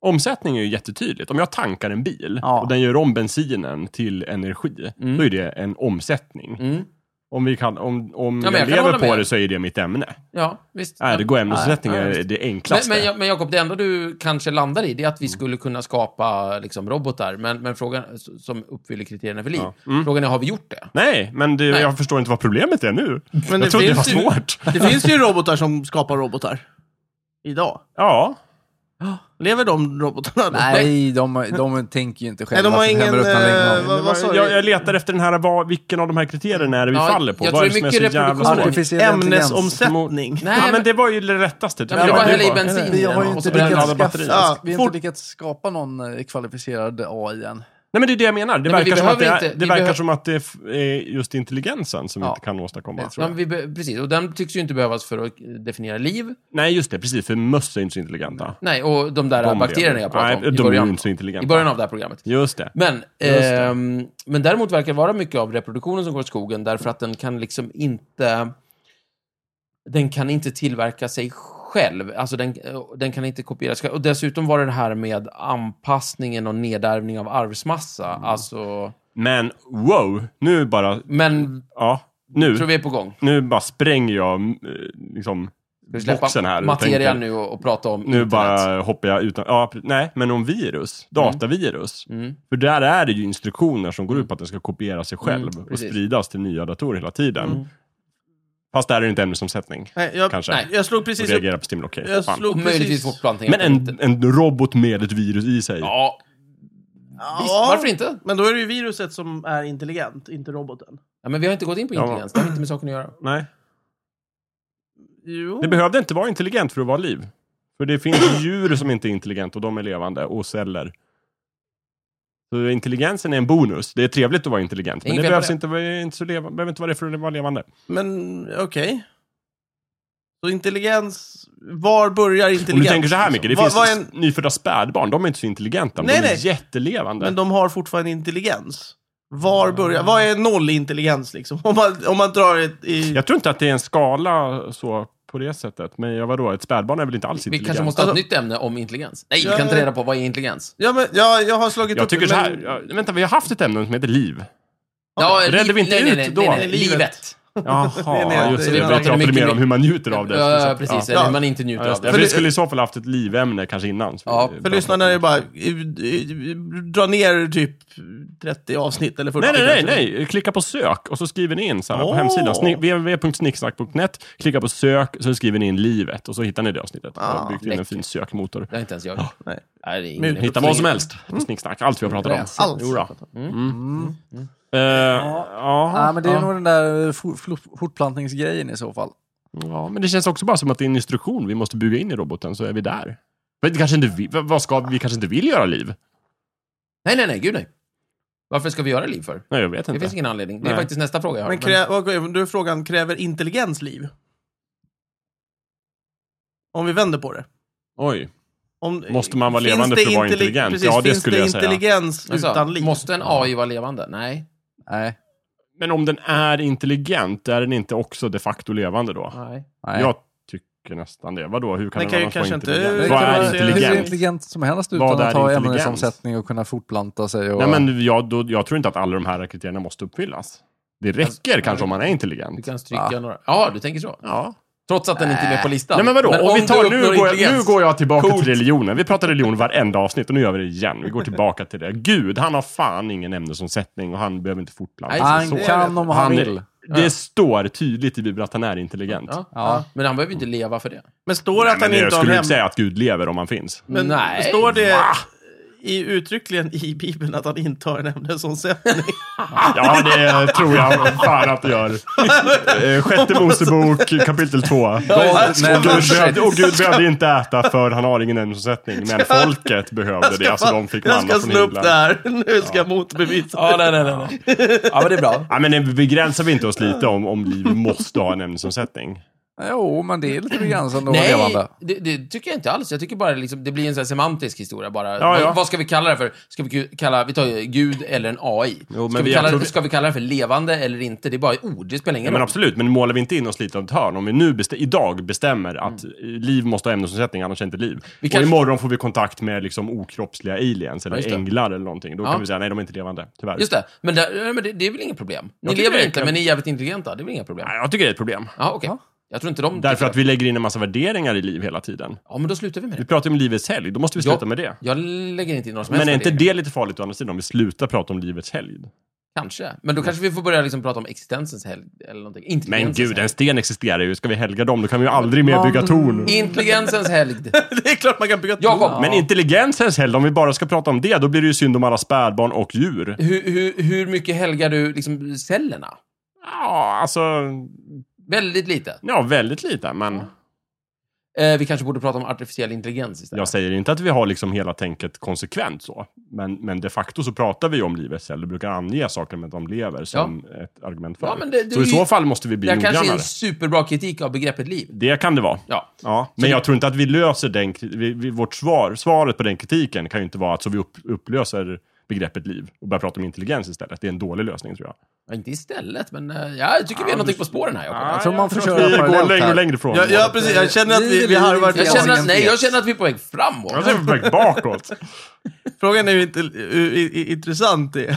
Speaker 3: Omsättning är ju jättetydligt. Om jag tankar en bil
Speaker 4: Ja.
Speaker 3: och den gör om bensinen till energi, då är det en omsättning.
Speaker 2: Mm.
Speaker 3: Om, vi kan, om, om
Speaker 2: men
Speaker 3: jag,
Speaker 2: jag kan hålla
Speaker 3: lever på
Speaker 2: med.
Speaker 3: det så är det mitt ämne.
Speaker 2: Ja, visst.
Speaker 3: Ergo ämnesomsättning
Speaker 2: Ja, ja,
Speaker 3: är
Speaker 2: visst.
Speaker 3: det Mm.
Speaker 2: men,
Speaker 3: enklaste.
Speaker 2: men, jag- men Jakob, det enda du kanske landar i det är att vi skulle kunna skapa liksom, robotar men, men frågan, som uppfyller kriterierna för liv.
Speaker 3: Ja. Mm.
Speaker 2: Frågan är, har vi gjort det?
Speaker 3: Nej, men det,
Speaker 2: Nej.
Speaker 3: jag förstår inte vad problemet är nu.
Speaker 1: Men
Speaker 3: jag trodde det var
Speaker 1: finns ju-
Speaker 3: svårt.
Speaker 1: Det finns ju robotar som skapar robotar. Idag.
Speaker 3: Ja.
Speaker 1: Lever de robotarna? då?
Speaker 4: Nej, de, de tänker ju inte
Speaker 1: Nej,
Speaker 4: själva.
Speaker 1: de har
Speaker 4: för
Speaker 1: ingen...
Speaker 4: hemrutan lägger
Speaker 1: Eh,
Speaker 4: dem.
Speaker 1: vad, vad sa
Speaker 3: jag, jag
Speaker 1: du?
Speaker 3: letar efter den här, vad, vilken av de här kriterierna är det vi
Speaker 2: Ja,
Speaker 3: faller på?
Speaker 2: jag
Speaker 3: Vad
Speaker 2: tror
Speaker 3: är det som är så
Speaker 2: mycket
Speaker 3: jävla
Speaker 2: reproduktion.
Speaker 3: svårt?
Speaker 4: Artificiell intelligens.
Speaker 1: Ämnesomsättning.
Speaker 2: Nej,
Speaker 3: ja, men det var ju det rättaste. tycker
Speaker 2: Ja, men det
Speaker 3: jag.
Speaker 2: var att
Speaker 3: Det
Speaker 2: hälla i
Speaker 3: var-
Speaker 2: bensin
Speaker 4: Vi
Speaker 2: i
Speaker 4: har
Speaker 2: den
Speaker 4: ju
Speaker 2: och
Speaker 4: inte
Speaker 2: så bränner
Speaker 4: lyckats,
Speaker 2: den.
Speaker 3: alla
Speaker 4: skaffa,
Speaker 3: batterier.
Speaker 1: Ja,
Speaker 4: vi har
Speaker 1: fort-
Speaker 4: inte lyckats skapa någon eh, kvalificerad AI än.
Speaker 3: Nej men det är det jag menar. Det
Speaker 2: Nej, men vi
Speaker 3: verkar, som att det,
Speaker 2: behöver
Speaker 3: är,
Speaker 2: inte-
Speaker 3: det
Speaker 2: vi
Speaker 3: verkar
Speaker 2: behö-
Speaker 3: som att det är f- är just intelligensen som
Speaker 4: Ja.
Speaker 3: inte kan åstadkomma.
Speaker 4: Nej,
Speaker 3: tror
Speaker 2: Ja, men
Speaker 3: jag.
Speaker 2: vi, be- precis, och den tycks ju inte behövas för att eh, definiera liv.
Speaker 3: Nej just det, precis. För möss är inte så intelligenta.
Speaker 2: Nej, och de där
Speaker 3: De
Speaker 2: bakterierna
Speaker 3: lever.
Speaker 2: jag pratade
Speaker 3: Nej,
Speaker 2: om i
Speaker 3: de är ju
Speaker 2: början,
Speaker 3: inte så
Speaker 2: i
Speaker 3: intelligenta.
Speaker 2: början av det här programmet.
Speaker 3: Just det.
Speaker 2: Men,
Speaker 3: det.
Speaker 2: ehm, men däremot verkar det vara mycket av reproduktionen som går åt skogen därför att den kan liksom inte... Den kan inte tillverka sig själv. Alltså den, den kan inte kopiera sig själv. Och dessutom var det det här med anpassningen och nedärvning av arvsmassa.
Speaker 3: Mm.
Speaker 2: Alltså,
Speaker 3: Men wow, nu bara...
Speaker 2: men
Speaker 3: Ja, nu.
Speaker 2: tror vi är på gång.
Speaker 3: Nu bara spränger jag eh, liksom
Speaker 2: Ska vi
Speaker 3: boxen
Speaker 2: släppa
Speaker 3: här. och
Speaker 2: materia
Speaker 3: tänker-
Speaker 2: nu och, och prata om
Speaker 3: Nu
Speaker 2: internet?
Speaker 3: bara hoppar jag utan... Ja, pre- nej, men om virus. Datavirus.
Speaker 2: Mm.
Speaker 3: För där är det ju instruktioner som går ut på att den ska kopiera sig själv
Speaker 2: Mm,
Speaker 3: och
Speaker 2: precis. Mm.
Speaker 3: spridas till nya datorer hela tiden. Fast där är det inte ämnesomsättning.
Speaker 1: Nej, jag,
Speaker 3: Kanske.
Speaker 1: nej, jag slog
Speaker 3: Och
Speaker 1: precis upp...
Speaker 3: reagera på stimuli. Okej,
Speaker 1: Jag
Speaker 3: fan.
Speaker 1: slog
Speaker 2: Och möjligtvis
Speaker 1: precis...
Speaker 2: fortplantning.
Speaker 3: Men en, en robot med ett virus i sig.
Speaker 2: Ja,
Speaker 1: Ja,
Speaker 2: visst. Varför inte?
Speaker 1: Men då är det ju viruset som är intelligent, inte roboten.
Speaker 2: Ja, men vi har inte gått in på
Speaker 3: Ja.
Speaker 2: intelligens. Det har inte med saken att göra.
Speaker 3: Nej.
Speaker 1: Jo.
Speaker 3: Det behövde inte vara intelligent för att vara liv. För det finns djur som inte är intelligenta och de är levande och celler. Så intelligensen är en bonus. Det är trevligt att vara intelligent, men
Speaker 2: Inget
Speaker 3: det
Speaker 2: fel på
Speaker 3: behövs
Speaker 2: det.
Speaker 3: inte, vara- inte så leva, behöver inte vara det för att vara levande.
Speaker 1: Men okej. Så intelligens, var börjar
Speaker 3: Om du
Speaker 1: intelligens?
Speaker 3: tänker så här mycket, det
Speaker 1: Vad-
Speaker 3: finns
Speaker 1: vad är en-
Speaker 3: nyfödda spädbarn, de är inte så intelligenta, men
Speaker 1: Nej,
Speaker 3: de är
Speaker 1: nej.
Speaker 3: jättelevande.
Speaker 1: Men de har fortfarande intelligens. Var
Speaker 3: Mm.
Speaker 1: börjar, vad är noll intelligens liksom? Om man, om man drar ett i...
Speaker 3: Jag tror inte att det är en skala så på det sättet, men jag vadå, ett spädbarn är väl inte alls
Speaker 2: Vi
Speaker 3: intelligent?
Speaker 2: kanske måste ha ett nytt ämne om intelligens. Nej, vi
Speaker 1: Ja,
Speaker 2: kan inte
Speaker 1: ja.
Speaker 2: reda på vad är intelligens.
Speaker 1: Ja, men, ja, jag har slagit
Speaker 3: Jag
Speaker 1: upp
Speaker 3: tycker
Speaker 1: det,
Speaker 3: så
Speaker 1: men-
Speaker 3: här, ja, vänta, vi har haft ett ämne som heter liv.
Speaker 2: Ja,
Speaker 3: redde
Speaker 2: liv-
Speaker 3: vi inte
Speaker 2: nej, nej,
Speaker 3: ut
Speaker 2: nej,
Speaker 3: då?
Speaker 2: Nej, nej,
Speaker 1: Livet.
Speaker 2: livet.
Speaker 1: är en-
Speaker 3: Jaha, just
Speaker 1: det
Speaker 3: det.
Speaker 1: är
Speaker 3: Vi
Speaker 1: en-
Speaker 3: pratade
Speaker 2: mycket
Speaker 3: mer
Speaker 2: mer-
Speaker 3: om hur man njuter av det.
Speaker 2: Ja, precis.
Speaker 3: Ja.
Speaker 2: Eller hur man inte njuter
Speaker 3: Ja, just
Speaker 2: av
Speaker 3: det.
Speaker 2: det.
Speaker 3: För vi
Speaker 1: det-
Speaker 3: skulle i så fall haft ett livämne kanske innan. som
Speaker 2: Ja,
Speaker 3: vi-
Speaker 1: För lyssnarna är det bara, i- i- dra ner typ 30 avsnitt eller 40
Speaker 3: Nej, nej, nej,
Speaker 1: kanske.
Speaker 3: nej. Klicka på sök och så skriver ni in så här, på
Speaker 1: Åh.
Speaker 3: hemsidan. Sni- www.snicksnack.net. Klicka på sök så skriver ni in livet och så hittar ni det avsnittet. Jag har
Speaker 1: Ah,
Speaker 3: byggt in en
Speaker 2: läckert.
Speaker 3: fin sökmotor.
Speaker 2: Det har inte ens jag.
Speaker 1: nej.
Speaker 2: Nej, det är
Speaker 1: Mut.
Speaker 2: ingen
Speaker 3: Hitta vad som helst på Snicksnack. Allt vi har pratat om.
Speaker 2: Läs.
Speaker 1: Alls.
Speaker 3: Jo då.
Speaker 4: Mm.
Speaker 3: Eh,
Speaker 4: Ja,
Speaker 3: ja,
Speaker 4: men det är nog den där eh, for- for- fortplantningsgrejen i så fall.
Speaker 3: ja, men det känns också bara som att det är en instruktion vi måste bygga in i roboten, så är vi där. Men det kanske inte vi, vad- vad ska, vi kanske inte vill göra liv?
Speaker 2: Nej, nej, nej, gud nej. Varför ska vi göra liv för?
Speaker 3: Nej, jag vet
Speaker 2: Det
Speaker 3: inte.
Speaker 2: finns ingen anledning. Det är
Speaker 3: Nej.
Speaker 2: faktiskt nästa fråga jag har.
Speaker 1: Men krä, okej, då är frågan, kräver intelligens liv? Om vi vänder på det.
Speaker 3: Oj.
Speaker 1: Om,
Speaker 3: Måste man vara
Speaker 1: finns
Speaker 3: levande
Speaker 1: det
Speaker 3: för att vara
Speaker 1: intelli-
Speaker 3: intelligent?
Speaker 1: Precis,
Speaker 3: Ja, det
Speaker 1: finns
Speaker 3: skulle
Speaker 1: det
Speaker 3: jag säga. Alltså,
Speaker 1: intelligens
Speaker 2: Men så,
Speaker 1: utan liv?
Speaker 2: Måste en AI vara levande? Nej.
Speaker 4: Nej.
Speaker 3: Men om den är intelligent, är den inte också de facto levande då?
Speaker 2: Nej.
Speaker 4: Nej.
Speaker 3: Jag tycker nästan det. Vadå, hur kan
Speaker 1: Den
Speaker 3: den
Speaker 1: kan ju
Speaker 3: annars vara
Speaker 1: kanske inte-
Speaker 3: intelligent?
Speaker 1: den
Speaker 3: Vad
Speaker 1: kan
Speaker 3: är
Speaker 1: vara-
Speaker 4: Hur
Speaker 3: intelligent?
Speaker 4: intelligent som helst
Speaker 3: Vad
Speaker 4: utan
Speaker 3: är
Speaker 4: att ha
Speaker 3: intelligens?
Speaker 4: ämnesomsättning och kunna fortplanta sig. Och,
Speaker 3: Nej, men jag, då, jag tror inte att alla de här kriterierna måste uppfyllas. Det räcker kanske om man är
Speaker 2: Du
Speaker 3: intelligent.
Speaker 2: kan stryka
Speaker 4: Va?
Speaker 2: några. Ja, du tänker så.
Speaker 3: Ja.
Speaker 2: Trots att den inte är med på listan.
Speaker 3: Ah. Nej men vadå, om vi
Speaker 2: du
Speaker 3: tar,
Speaker 2: uppnår
Speaker 3: nu, går jag, nu
Speaker 2: intelligens-
Speaker 3: går jag tillbaka
Speaker 2: Coolt.
Speaker 3: till religionen. Vi pratar religion varenda avsnitt och nu gör vi det igen. Vi går tillbaka till det. Gud, han har fan ingen ämnesomsättning och han behöver inte fortplanta
Speaker 2: Nej,
Speaker 3: sig
Speaker 4: han
Speaker 3: så.
Speaker 4: kan om han,
Speaker 3: Han-
Speaker 4: vill.
Speaker 3: Det står tydligt i Bibeln att han är intelligent.
Speaker 2: Ja.
Speaker 4: Ja.
Speaker 2: Men han behöver ju inte leva för det.
Speaker 1: Men står det
Speaker 3: Nej,
Speaker 1: att
Speaker 3: men
Speaker 1: han
Speaker 3: jag
Speaker 1: inte har
Speaker 3: skulle inte
Speaker 1: hem...
Speaker 3: säga att Gud lever om han finns.
Speaker 1: Men
Speaker 2: Nej.
Speaker 1: står det i uttryckligen i Bibeln att han inte har en ämnesomsättning? Ah!
Speaker 3: Ja, det tror jag fan att det gör. Eh, Sjätte Mosebok, kapitel 2.
Speaker 4: Nej,
Speaker 3: Och Gud, behövde,
Speaker 4: men-
Speaker 3: och Gud behövde inte äta för han har ingen ämnesomsättning. Men folket behövde det, så de fick
Speaker 1: jag
Speaker 3: manna
Speaker 1: ska
Speaker 3: från
Speaker 1: slå upp
Speaker 3: himlen.
Speaker 1: det här. Nu ska jag motbevisa.
Speaker 2: Ja, nej, nej, nej, nej. Ja, men det är bra.
Speaker 3: Ja, men det begränsar vi inte oss lite om, om liv måste ha en ämnesomsättning?
Speaker 4: Jo, men det är lite grann som att vara
Speaker 2: Nej,
Speaker 4: levande.
Speaker 2: det, det tycker jag inte alls. Jag tycker bara liksom, det blir en sån här semantisk historia bara.
Speaker 3: Ja, ja.
Speaker 2: Vad, vad ska vi kalla det för? Ska vi ku- kalla, vi tar ju Gud eller en AI.
Speaker 3: men
Speaker 2: ska, vi
Speaker 3: vi-
Speaker 2: kalla,
Speaker 3: jag tror-
Speaker 2: ska vi kalla det för levande eller inte? Det är bara ett ord, det spelar
Speaker 3: Ja,
Speaker 2: ingen
Speaker 3: men
Speaker 2: roll.
Speaker 3: absolut, men målar vi inte in oss lite av ett hörn? Om vi nu bestä- idag bestämmer att liv måste ha ämnesomsättning, annars är det inte liv.
Speaker 2: Vi
Speaker 3: och
Speaker 2: kanske-
Speaker 3: imorgon får vi kontakt med liksom okroppsliga aliens eller
Speaker 2: just det.
Speaker 3: änglar eller någonting. Då
Speaker 2: Ja.
Speaker 3: kan vi säga nej, de är inte levande, tyvärr.
Speaker 2: Just det, men, där, nej, men det, det är väl inget problem? Ni
Speaker 3: tycker
Speaker 2: lever
Speaker 3: det är
Speaker 2: inte,
Speaker 3: klart.
Speaker 2: men ni är jävligt intelligenta. Det är väl inga problem?
Speaker 3: Nej, jag tycker det är ett problem.
Speaker 2: Ja, okej. Jag tror inte de tycker
Speaker 3: Därför att
Speaker 2: det.
Speaker 3: vi lägger in en massa värderingar i liv hela tiden.
Speaker 2: Ja, men då slutar vi med
Speaker 3: Vi
Speaker 2: det.
Speaker 3: pratar ju om livets helg, då måste vi sluta
Speaker 2: Ja.
Speaker 3: med det.
Speaker 2: Jag lägger inte in några som helst
Speaker 3: Men är inte
Speaker 2: värderingar.
Speaker 3: det lite farligt å andra sidan om vi slutar prata om livets helg?
Speaker 2: Kanske. Men då kanske vi får börja liksom prata om existensens helg, eller någonting.
Speaker 3: Men
Speaker 2: Intelligensens
Speaker 3: gud, en
Speaker 2: helg.
Speaker 3: sten existerar ju. Ska vi helga dem, då kan vi ju aldrig mer bygga torn.
Speaker 2: Intelligensens helgd.
Speaker 1: Det är klart man kan bygga
Speaker 2: Jakob,
Speaker 1: torn.
Speaker 3: Men intelligensens helg, om vi bara ska prata om det, då blir det ju synd om alla spädbarn och djur.
Speaker 2: Hur, hur, hur mycket helgar du liksom cellerna?
Speaker 3: Ja, alltså...
Speaker 2: Väldigt lite.
Speaker 3: Ja, väldigt lite, men...
Speaker 2: Eh, vi kanske borde prata om artificiell intelligens
Speaker 3: Jag
Speaker 2: istället.
Speaker 3: säger inte att vi har liksom hela tänket konsekvent så. Men, men de facto så pratar vi ju om livets helg. Du brukar ange saker med att de lever som ett argument för.
Speaker 2: Ja, men det- det
Speaker 3: så
Speaker 2: är
Speaker 3: i
Speaker 2: ju-
Speaker 3: så fall måste vi bli
Speaker 2: Det här kanske är
Speaker 3: noggrannare.
Speaker 2: en superbra kritik av begreppet liv.
Speaker 3: Det kan det vara.
Speaker 2: Ja.
Speaker 3: Ja, men jag tror inte att vi löser den... kri- Vi, vi, vårt svar, svaret på den kritiken kan ju inte vara att så vi upp, upplöser begreppet liv och börjar prata om intelligens istället. Det är en dålig lösning tror jag.
Speaker 2: Ja, Inte istället, men eh, ja, jag tycker vi är någonting på spåren här, Jakob.
Speaker 4: tror man får köra
Speaker 3: att vi går
Speaker 4: parallellt
Speaker 3: längre
Speaker 4: här.
Speaker 3: och längre ifrån.
Speaker 1: Ja, ja, precis. Jag känner att vi, vi har varit...
Speaker 2: Jag känner att, nej,
Speaker 4: vet.
Speaker 2: jag känner att vi är på väg framåt.
Speaker 3: Jag ser på väg bakåt.
Speaker 1: Frågan är ju inte hur i- i- intressant det är.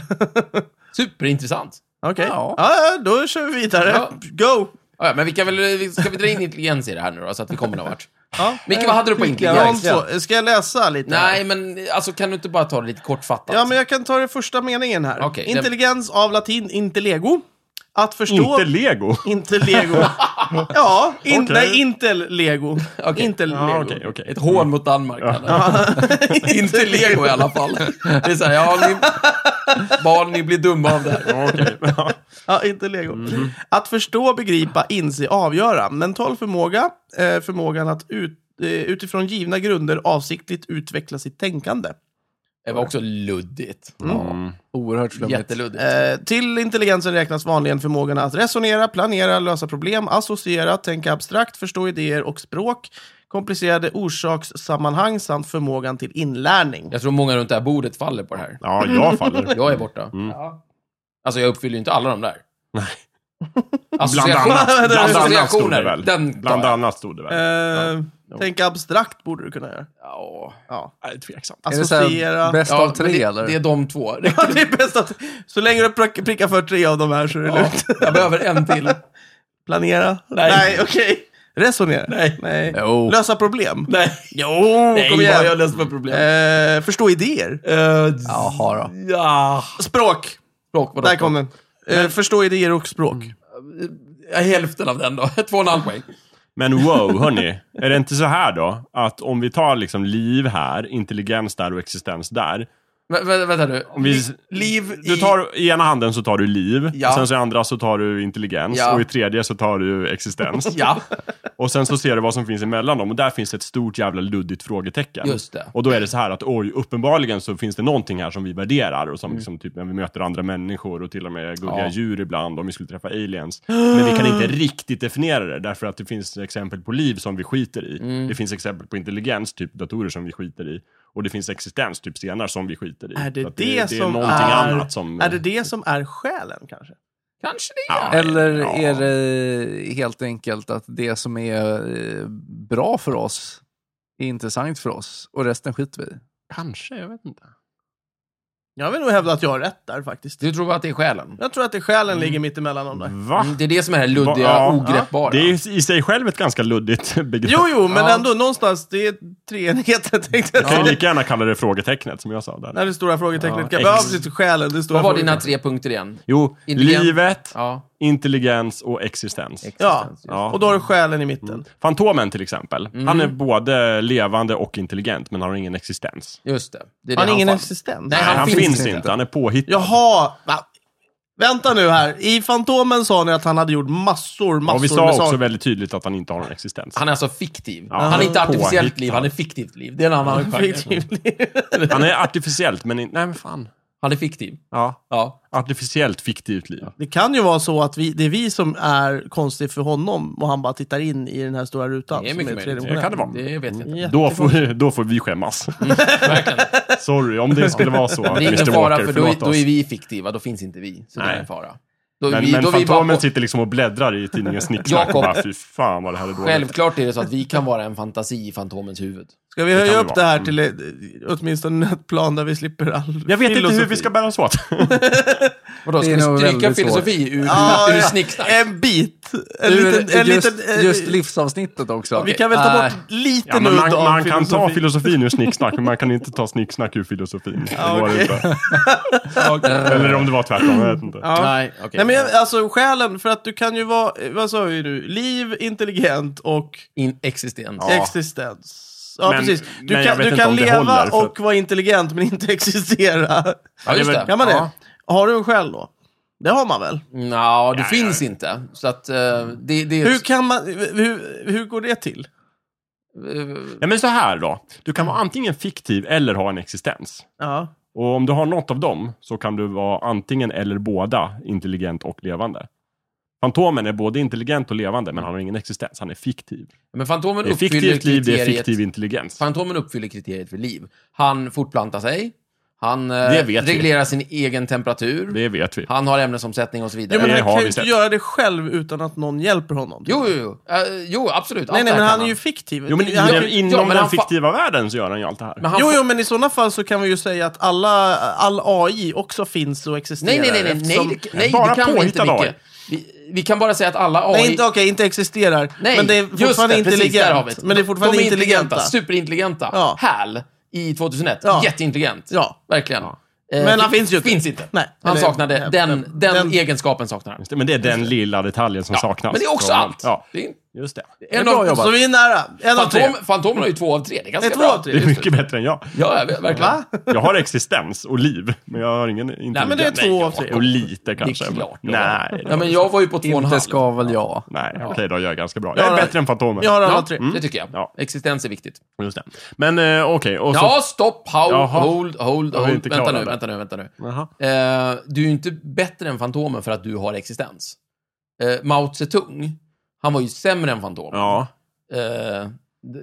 Speaker 2: Superintressant.
Speaker 1: Okej.
Speaker 4: Ja.
Speaker 1: Ja. ja, då kör vi vidare.
Speaker 2: Ja.
Speaker 1: Go!
Speaker 2: Ja, ja, men vi kan väl, ska vi dra in intelligens i det här nu då, så att vi kommer någon vart?
Speaker 1: Ja.
Speaker 2: Micke, vad hade du på
Speaker 1: Ja,
Speaker 2: intelligens?
Speaker 1: så. Ska jag läsa lite? här?
Speaker 2: Nej, men alltså kan du inte bara ta det lite kortfattat?
Speaker 1: Ja, men jag kan ta den första meningen här.
Speaker 2: Okej, det-
Speaker 1: Intelligens av latin intellego. Att förstå...
Speaker 3: Inte lego.
Speaker 1: Inte lego. ja, in,
Speaker 3: Okej.
Speaker 1: nej, intellego.
Speaker 2: Okej.
Speaker 1: Intellego.
Speaker 3: Ja, okej, okej.
Speaker 2: Ett hån mot Danmark, kallar jag det. Inte lego i alla fall. Det är så här, ja, ni, barn, ni blir dumma av det här.
Speaker 3: Ja, okej. Ja.
Speaker 1: Ja, inte lego.
Speaker 3: Mhm.
Speaker 1: Att förstå, begripa, inse, avgöra. Mental förmåga, eh, förmågan att ut, eh, utifrån givna grunder avsiktligt utveckla sitt tänkande.
Speaker 2: Det var också luddigt.
Speaker 3: Mm.
Speaker 4: Oerhört flummigt.
Speaker 2: Jätteluddigt.
Speaker 1: Eh, till intelligensen räknas vanligen förmågan att resonera, planera, lösa problem, associera, tänka abstrakt, förstå idéer och språk, komplicerade orsakssammanhang samt förmågan till inlärning.
Speaker 2: Jag tror många runt det här bordet faller på det här.
Speaker 3: Ja, jag faller.
Speaker 2: Jag är borta.
Speaker 3: Mm.
Speaker 1: Ja.
Speaker 2: Alltså, jag uppfyller ju inte alla de där.
Speaker 3: Nej. Bland
Speaker 2: Association-
Speaker 3: annat, bland annat stod det
Speaker 2: Associationer.
Speaker 3: väl.
Speaker 2: Den
Speaker 3: Bland
Speaker 2: tar jag.
Speaker 3: annat stod det väl.
Speaker 1: Eh,
Speaker 2: Ja.
Speaker 1: Tänka abstrakt borde du kunna göra.
Speaker 2: Ja.
Speaker 1: Ja. Alltså,
Speaker 3: Nej, tveksamt.
Speaker 4: Är det så här,
Speaker 1: Associera.
Speaker 4: bäst
Speaker 2: Ja,
Speaker 4: av tre
Speaker 2: men det,
Speaker 4: eller?
Speaker 2: Det är de två.
Speaker 1: Ja, det är bäst att, så länge du prick- prickar för tre av de här så är det
Speaker 2: Ja,
Speaker 1: lugnt.
Speaker 2: jag behöver en till.
Speaker 1: Planera?
Speaker 2: Nej.
Speaker 1: okej. Resonera?
Speaker 2: Nej.
Speaker 1: Nej.
Speaker 4: Jo.
Speaker 1: Lösa problem?
Speaker 2: Nej,
Speaker 1: Jo,
Speaker 2: Nej
Speaker 1: kom
Speaker 2: vad har
Speaker 1: igen.
Speaker 2: jag löst för problem?
Speaker 1: Eh, förstå idéer?
Speaker 2: Eh,
Speaker 4: Jaha då.
Speaker 2: ja.
Speaker 1: Språk!
Speaker 2: Språk, vadå?
Speaker 1: Där kom den. Eh, förstå idéer och språk.
Speaker 2: Mm. Ja, Hälften av den då. Två och en halv poäng.
Speaker 3: Men wow, hörni. Är det inte så här då? Att om vi tar liksom liv här, intelligens där och existens där.
Speaker 2: Vä- vä- vänta nu.
Speaker 3: Om vi,
Speaker 2: Liv i...
Speaker 3: du tar, I ena handen så tar du liv,
Speaker 2: Ja.
Speaker 3: och sen så i andra så tar du intelligens
Speaker 2: Ja.
Speaker 3: och i tredje så tar du existens.
Speaker 2: Ja,
Speaker 3: Och sen så ser du vad som finns emellan dem och där finns ett stort jävla luddigt frågetecken.
Speaker 2: just det.
Speaker 3: Och då är det så här att oj, uppenbarligen så finns det någonting här som vi värderar och som liksom, typ när vi möter andra människor och till och med gulliga
Speaker 2: Ja.
Speaker 3: djur ibland om vi skulle träffa aliens. Men vi kan inte riktigt definiera det därför att det finns exempel på liv som vi skiter i. Det finns exempel på intelligens, typ datorer som vi skiter i. Och det finns existens, typ stenar som vi skiter i.
Speaker 1: Är det
Speaker 3: Så att
Speaker 1: det,
Speaker 3: det, är
Speaker 1: som
Speaker 3: någonting
Speaker 1: är...
Speaker 3: annat som...
Speaker 1: Är det det som är själen kanske?
Speaker 2: Kanske det är.
Speaker 4: Eller
Speaker 3: Ja.
Speaker 4: är det helt enkelt att det som är eh, bra för oss är intressant för oss och resten skiter vi i?
Speaker 3: Kanske, jag vet inte.
Speaker 1: Jag vill nog hävda att jag har rätt där faktiskt.
Speaker 2: Du tror att det är själen?
Speaker 1: Jag tror att det är själen ligger mitt emellan dem där.
Speaker 3: Va?
Speaker 2: Mm, Det är det som är det här luddiga,
Speaker 3: Ja.
Speaker 2: ogreppbara.
Speaker 3: Det är ju i sig själv ett ganska luddigt begrepp.
Speaker 1: Jo, jo, men
Speaker 2: Ja.
Speaker 1: ändå någonstans. Det är treenheten tänkte jag
Speaker 3: Jag kan ju
Speaker 1: säga.
Speaker 3: lika gärna kalla det frågetecknet som jag sa där.
Speaker 1: När det stora frågetecknet
Speaker 3: Ja,
Speaker 1: kan behövs
Speaker 3: ex-
Speaker 1: inte själen. Det stora
Speaker 2: Vad var dina
Speaker 1: frågetecknet.
Speaker 2: tre punkter igen?
Speaker 3: Jo,
Speaker 2: Intelligens.
Speaker 3: livet,
Speaker 2: Ja.
Speaker 3: intelligens och existens.
Speaker 1: Ja.
Speaker 3: Ja. Mm.
Speaker 1: Och då har du själen i mitten.
Speaker 3: Fantomen till exempel,
Speaker 2: Mm.
Speaker 3: han är både levande och intelligent, men han har ingen existens.
Speaker 2: Just det. det är
Speaker 1: Han
Speaker 2: det
Speaker 1: har ingen
Speaker 2: fan-
Speaker 1: existens.
Speaker 2: Nej,
Speaker 3: Han, finns, inte. han är påhittad.
Speaker 1: Jaha! Va? Vänta nu här. I Fantomen sa ni att han hade gjort massor, massor
Speaker 3: och vi sa
Speaker 1: med
Speaker 3: också
Speaker 1: saker.
Speaker 3: väldigt tydligt att han inte har någon existens.
Speaker 2: Han är alltså fiktiv.
Speaker 3: Ja.
Speaker 2: Han är inte artificiellt
Speaker 3: Påhittad.
Speaker 2: liv, han är fiktivt liv. Det är en annan genre.
Speaker 3: Han är artificiellt, men in... nej men fan.
Speaker 2: Han är fiktiv.
Speaker 3: Ja.
Speaker 2: Ja.
Speaker 3: Artificiellt fiktivt liv.
Speaker 1: Det kan ju vara så att vi, det är vi som är konstigt för honom och han bara tittar in i den här stora rutan.
Speaker 2: Det är
Speaker 1: som
Speaker 2: mycket
Speaker 1: tredje
Speaker 2: möjligt.
Speaker 3: Det kan det vara. Mm.
Speaker 2: Det vet jag inte.
Speaker 1: våningen.
Speaker 3: Då får, då får vi skämmas. Sorry, om det skulle vara så.
Speaker 2: Det är
Speaker 3: Mr.
Speaker 2: ingen fara,
Speaker 3: Walker,
Speaker 2: för då, är-
Speaker 3: förlåt
Speaker 2: då
Speaker 3: oss.
Speaker 2: är vi fiktiva, då finns inte vi. Så det
Speaker 3: Nej.
Speaker 2: är en fara. Då är
Speaker 3: Men,
Speaker 2: vi,
Speaker 3: men
Speaker 2: då är vi bara
Speaker 3: Fantomen
Speaker 2: på-
Speaker 3: sitter liksom och bläddrar i tidningen Snicksnack och
Speaker 2: Jakob.
Speaker 3: bara, fy fan vad det här är dåligt.
Speaker 2: Självklart är det så att vi kan vara en fantasi i Fantomens huvud.
Speaker 1: Ska vi
Speaker 3: Det
Speaker 1: höja
Speaker 3: kan det
Speaker 1: upp det här
Speaker 3: vara. Mm.
Speaker 1: till eh, åtminstone ett plan där vi slipper all
Speaker 3: Jag vet inte hur vi
Speaker 1: filosofi?
Speaker 3: ska bära oss åt.
Speaker 2: Vadå,
Speaker 4: Det
Speaker 2: ska
Speaker 4: är
Speaker 2: vi
Speaker 4: nog
Speaker 2: stryka
Speaker 4: väldigt
Speaker 2: filosofi ur,
Speaker 1: Ja,
Speaker 2: ur
Speaker 1: Ah, ja.
Speaker 2: snicksnack?
Speaker 1: En bit. En
Speaker 4: Ur
Speaker 1: liten... En
Speaker 4: just,
Speaker 1: liten eh,
Speaker 4: just livsavsnittet också.
Speaker 1: vi kan väl ta
Speaker 2: Ah.
Speaker 4: Nej.
Speaker 1: bort lite
Speaker 3: Ja,
Speaker 1: nu
Speaker 3: men man
Speaker 1: utav
Speaker 3: man kan ta
Speaker 1: filosofi.
Speaker 3: filosofin ur Snicksnack, men man kan inte ta Snicksnack ur filosofin.
Speaker 1: Ja,
Speaker 3: Det var det
Speaker 1: okej.
Speaker 3: inte. Eller om det var tvärtom, jag vet inte.
Speaker 1: Ja.
Speaker 2: Nej, okej.
Speaker 1: Nej men jag, alltså själen, för att du kan ju vara, eh, vad sa vi nu, liv, intelligent och
Speaker 2: In- existens.
Speaker 3: Ja.
Speaker 1: existens. Ja,
Speaker 3: Men-
Speaker 1: precis. Du
Speaker 3: men jag
Speaker 1: kan,
Speaker 3: vet
Speaker 1: du
Speaker 3: inte
Speaker 1: kan
Speaker 3: om det
Speaker 1: leva
Speaker 3: håller, för
Speaker 1: och vara intelligent men inte existera.
Speaker 2: Ja, just det.
Speaker 1: Kan man
Speaker 2: Ja.
Speaker 1: det? Har du en själ då? Det har man väl?
Speaker 2: Nja, det
Speaker 3: Ja,
Speaker 2: finns
Speaker 3: ja.
Speaker 2: inte. Så att eh, det, det är...
Speaker 1: Hur, kan man, hur, hur går det till?
Speaker 2: eh,
Speaker 3: Nej, men så här då. Du kan vara antingen fiktiv eller ha en existens.
Speaker 1: Ja.
Speaker 3: Och om du har något av dem så kan du vara antingen eller båda intelligent och levande. Fantomen är både intelligent och levande, men han har ingen existens. Han är fiktiv.
Speaker 2: Men Fantomen
Speaker 3: Det är
Speaker 2: uppfyller
Speaker 3: fiktivt liv, det är
Speaker 2: kriteriet...
Speaker 3: fiktiv intelligens.
Speaker 2: Fantomen uppfyller kriteriet för liv. Han fortplantar sig. Han eh,
Speaker 3: Det vet vi.
Speaker 2: reglerar sin egen temperatur.
Speaker 3: Det vet vi.
Speaker 2: Han har ämnesomsättning och så vidare.
Speaker 1: Jo, men
Speaker 3: Det
Speaker 1: han
Speaker 3: har
Speaker 1: kan
Speaker 3: vi
Speaker 1: ju inte
Speaker 3: sett.
Speaker 1: göra det själv utan att någon hjälper honom.
Speaker 2: Jo, jo, jo. Eh, jo absolut.
Speaker 1: nej,
Speaker 2: Allt
Speaker 1: nej,
Speaker 2: det
Speaker 1: men
Speaker 2: här
Speaker 1: han
Speaker 2: kan
Speaker 1: är ju fiktiv.
Speaker 3: Jo, men
Speaker 1: Han kan
Speaker 3: inom,
Speaker 1: ju-
Speaker 3: inom
Speaker 2: Ja, men
Speaker 3: den
Speaker 2: han fa-
Speaker 3: fiktiva världen så gör han ju allt det här.
Speaker 2: Men han
Speaker 1: Jo,
Speaker 2: får-
Speaker 1: jo, men i sådana fall så kan vi ju säga att alla, all AI också finns och existerar.
Speaker 2: Nej, nej, nej, nej,
Speaker 1: eftersom-
Speaker 2: nej, det- nej
Speaker 3: Bara
Speaker 2: det kan vi inte,
Speaker 3: påhittad AI.
Speaker 2: Micke. Vi, vi kan bara säga att alla AI...
Speaker 1: Nej, inte, okej, inte existerar.
Speaker 2: Nej,
Speaker 1: men det är
Speaker 2: just
Speaker 1: fortfarande
Speaker 2: det, precis, där har vi
Speaker 1: intelligent. men det är fortfarande
Speaker 2: De är
Speaker 1: intelligenta.
Speaker 2: Superintelligenta.
Speaker 1: Ja.
Speaker 2: HAL i 2001.
Speaker 1: Ja.
Speaker 2: Jätteintelligent.
Speaker 1: Ja.
Speaker 2: Verkligen. Eh,
Speaker 1: Men han
Speaker 2: fin-
Speaker 1: finns ju inte.
Speaker 2: Finns inte.
Speaker 1: Nej.
Speaker 2: Han
Speaker 1: Eller-
Speaker 2: saknade
Speaker 1: nej,
Speaker 2: den,
Speaker 1: den-
Speaker 2: den,
Speaker 1: den-
Speaker 2: egenskapen saknar han.
Speaker 3: Men det är den lilla detaljen som saknas.
Speaker 2: Men det är också
Speaker 3: Så-
Speaker 2: allt.
Speaker 3: Ja.
Speaker 2: Det är,
Speaker 3: Just det.
Speaker 4: Det är bra
Speaker 2: av-
Speaker 4: jobbat.
Speaker 1: Så vi är nära. En av tre.
Speaker 2: Fantom, Fantomen har ju två av tre. Det är ganska
Speaker 1: Det är två
Speaker 2: bra.
Speaker 1: av tre.
Speaker 3: Det är mycket bättre än jag.
Speaker 2: Ja, jag vet, verkligen.
Speaker 1: Va?
Speaker 3: Jag har existens och liv, men jag har ingen intelligens.
Speaker 2: men det är
Speaker 1: två av tre.
Speaker 3: Och lite kanske.
Speaker 2: Det är klart.
Speaker 3: Men- Nej.
Speaker 2: Ja, men jag var ju på två och en halv.
Speaker 4: Inte ska väl jag.
Speaker 3: Nej, okej då gör jag ganska bra.
Speaker 1: Jag
Speaker 3: Jag är
Speaker 1: har-
Speaker 3: bättre än Fantomen.
Speaker 1: Jag har alla
Speaker 2: Ja,
Speaker 1: tre.
Speaker 2: det tycker jag.
Speaker 3: Ja.
Speaker 2: Existens är viktigt.
Speaker 3: Just det. Men eh, okej, och så...
Speaker 2: Ja, stopp, hold,
Speaker 3: Jaha.
Speaker 2: hold, hold,
Speaker 3: Jag är
Speaker 2: hold.
Speaker 3: inte
Speaker 2: Vänta
Speaker 3: klar
Speaker 2: nu,
Speaker 3: där.
Speaker 2: vänta nu, vänta nu.
Speaker 3: Jaha.
Speaker 2: Eh, du är ju inte bättre än Fantomen för att du har existens. Eh, Mao Zedong, han var ju sämre än Fantomen.
Speaker 3: Ja,
Speaker 2: Eh,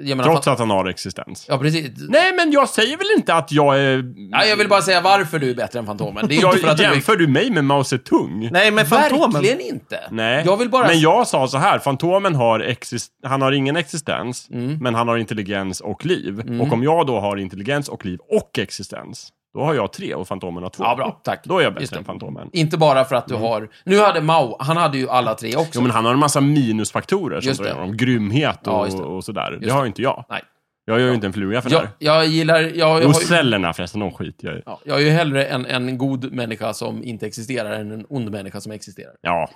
Speaker 2: jag menar,
Speaker 3: trots
Speaker 2: fan...
Speaker 3: att han har existens.
Speaker 2: Ja, precis.
Speaker 3: Nej, men jag säger väl inte att jag är...
Speaker 2: Nej, jag vill bara säga varför du är bättre än Fantomen. Det är ju inte för att
Speaker 3: jag,
Speaker 2: du är...
Speaker 3: jämför du mig med Mao Zedong?
Speaker 1: Nej, men Fantomen.
Speaker 2: Verkligen inte.
Speaker 3: Nej.
Speaker 2: Jag vill bara...
Speaker 3: Men jag sa så här, Fantomen har, exist- han har ingen existens,
Speaker 2: Mm.
Speaker 3: men han har intelligens och liv. Och om jag då har intelligens och liv och existens, då har jag tre och Fantomen har två.
Speaker 2: Ja, bra. Tack.
Speaker 3: Då är jag
Speaker 2: Just
Speaker 3: bättre
Speaker 2: det.
Speaker 3: än Fantomen.
Speaker 2: Inte bara för att du har... Nu hade Mao, han hade ju alla tre också.
Speaker 3: Mm. Jo, men han har en massa minusfaktorer som
Speaker 2: Just
Speaker 3: drar
Speaker 2: det.
Speaker 3: igenom. Grymhet och,
Speaker 2: Ja, just det.
Speaker 3: och sådär. det
Speaker 2: Just
Speaker 3: har ju inte jag.
Speaker 2: Nej.
Speaker 3: Jag gör ju inte en fluga för det
Speaker 2: Jag,
Speaker 3: här.
Speaker 2: jag gillar... Jag, jag,
Speaker 3: Jo,
Speaker 2: har ju,
Speaker 3: cellerna förresten, de skiter jag i.
Speaker 2: ja, jag är ju hellre en, en god människa som inte existerar än en ond människa som existerar.
Speaker 3: Ja,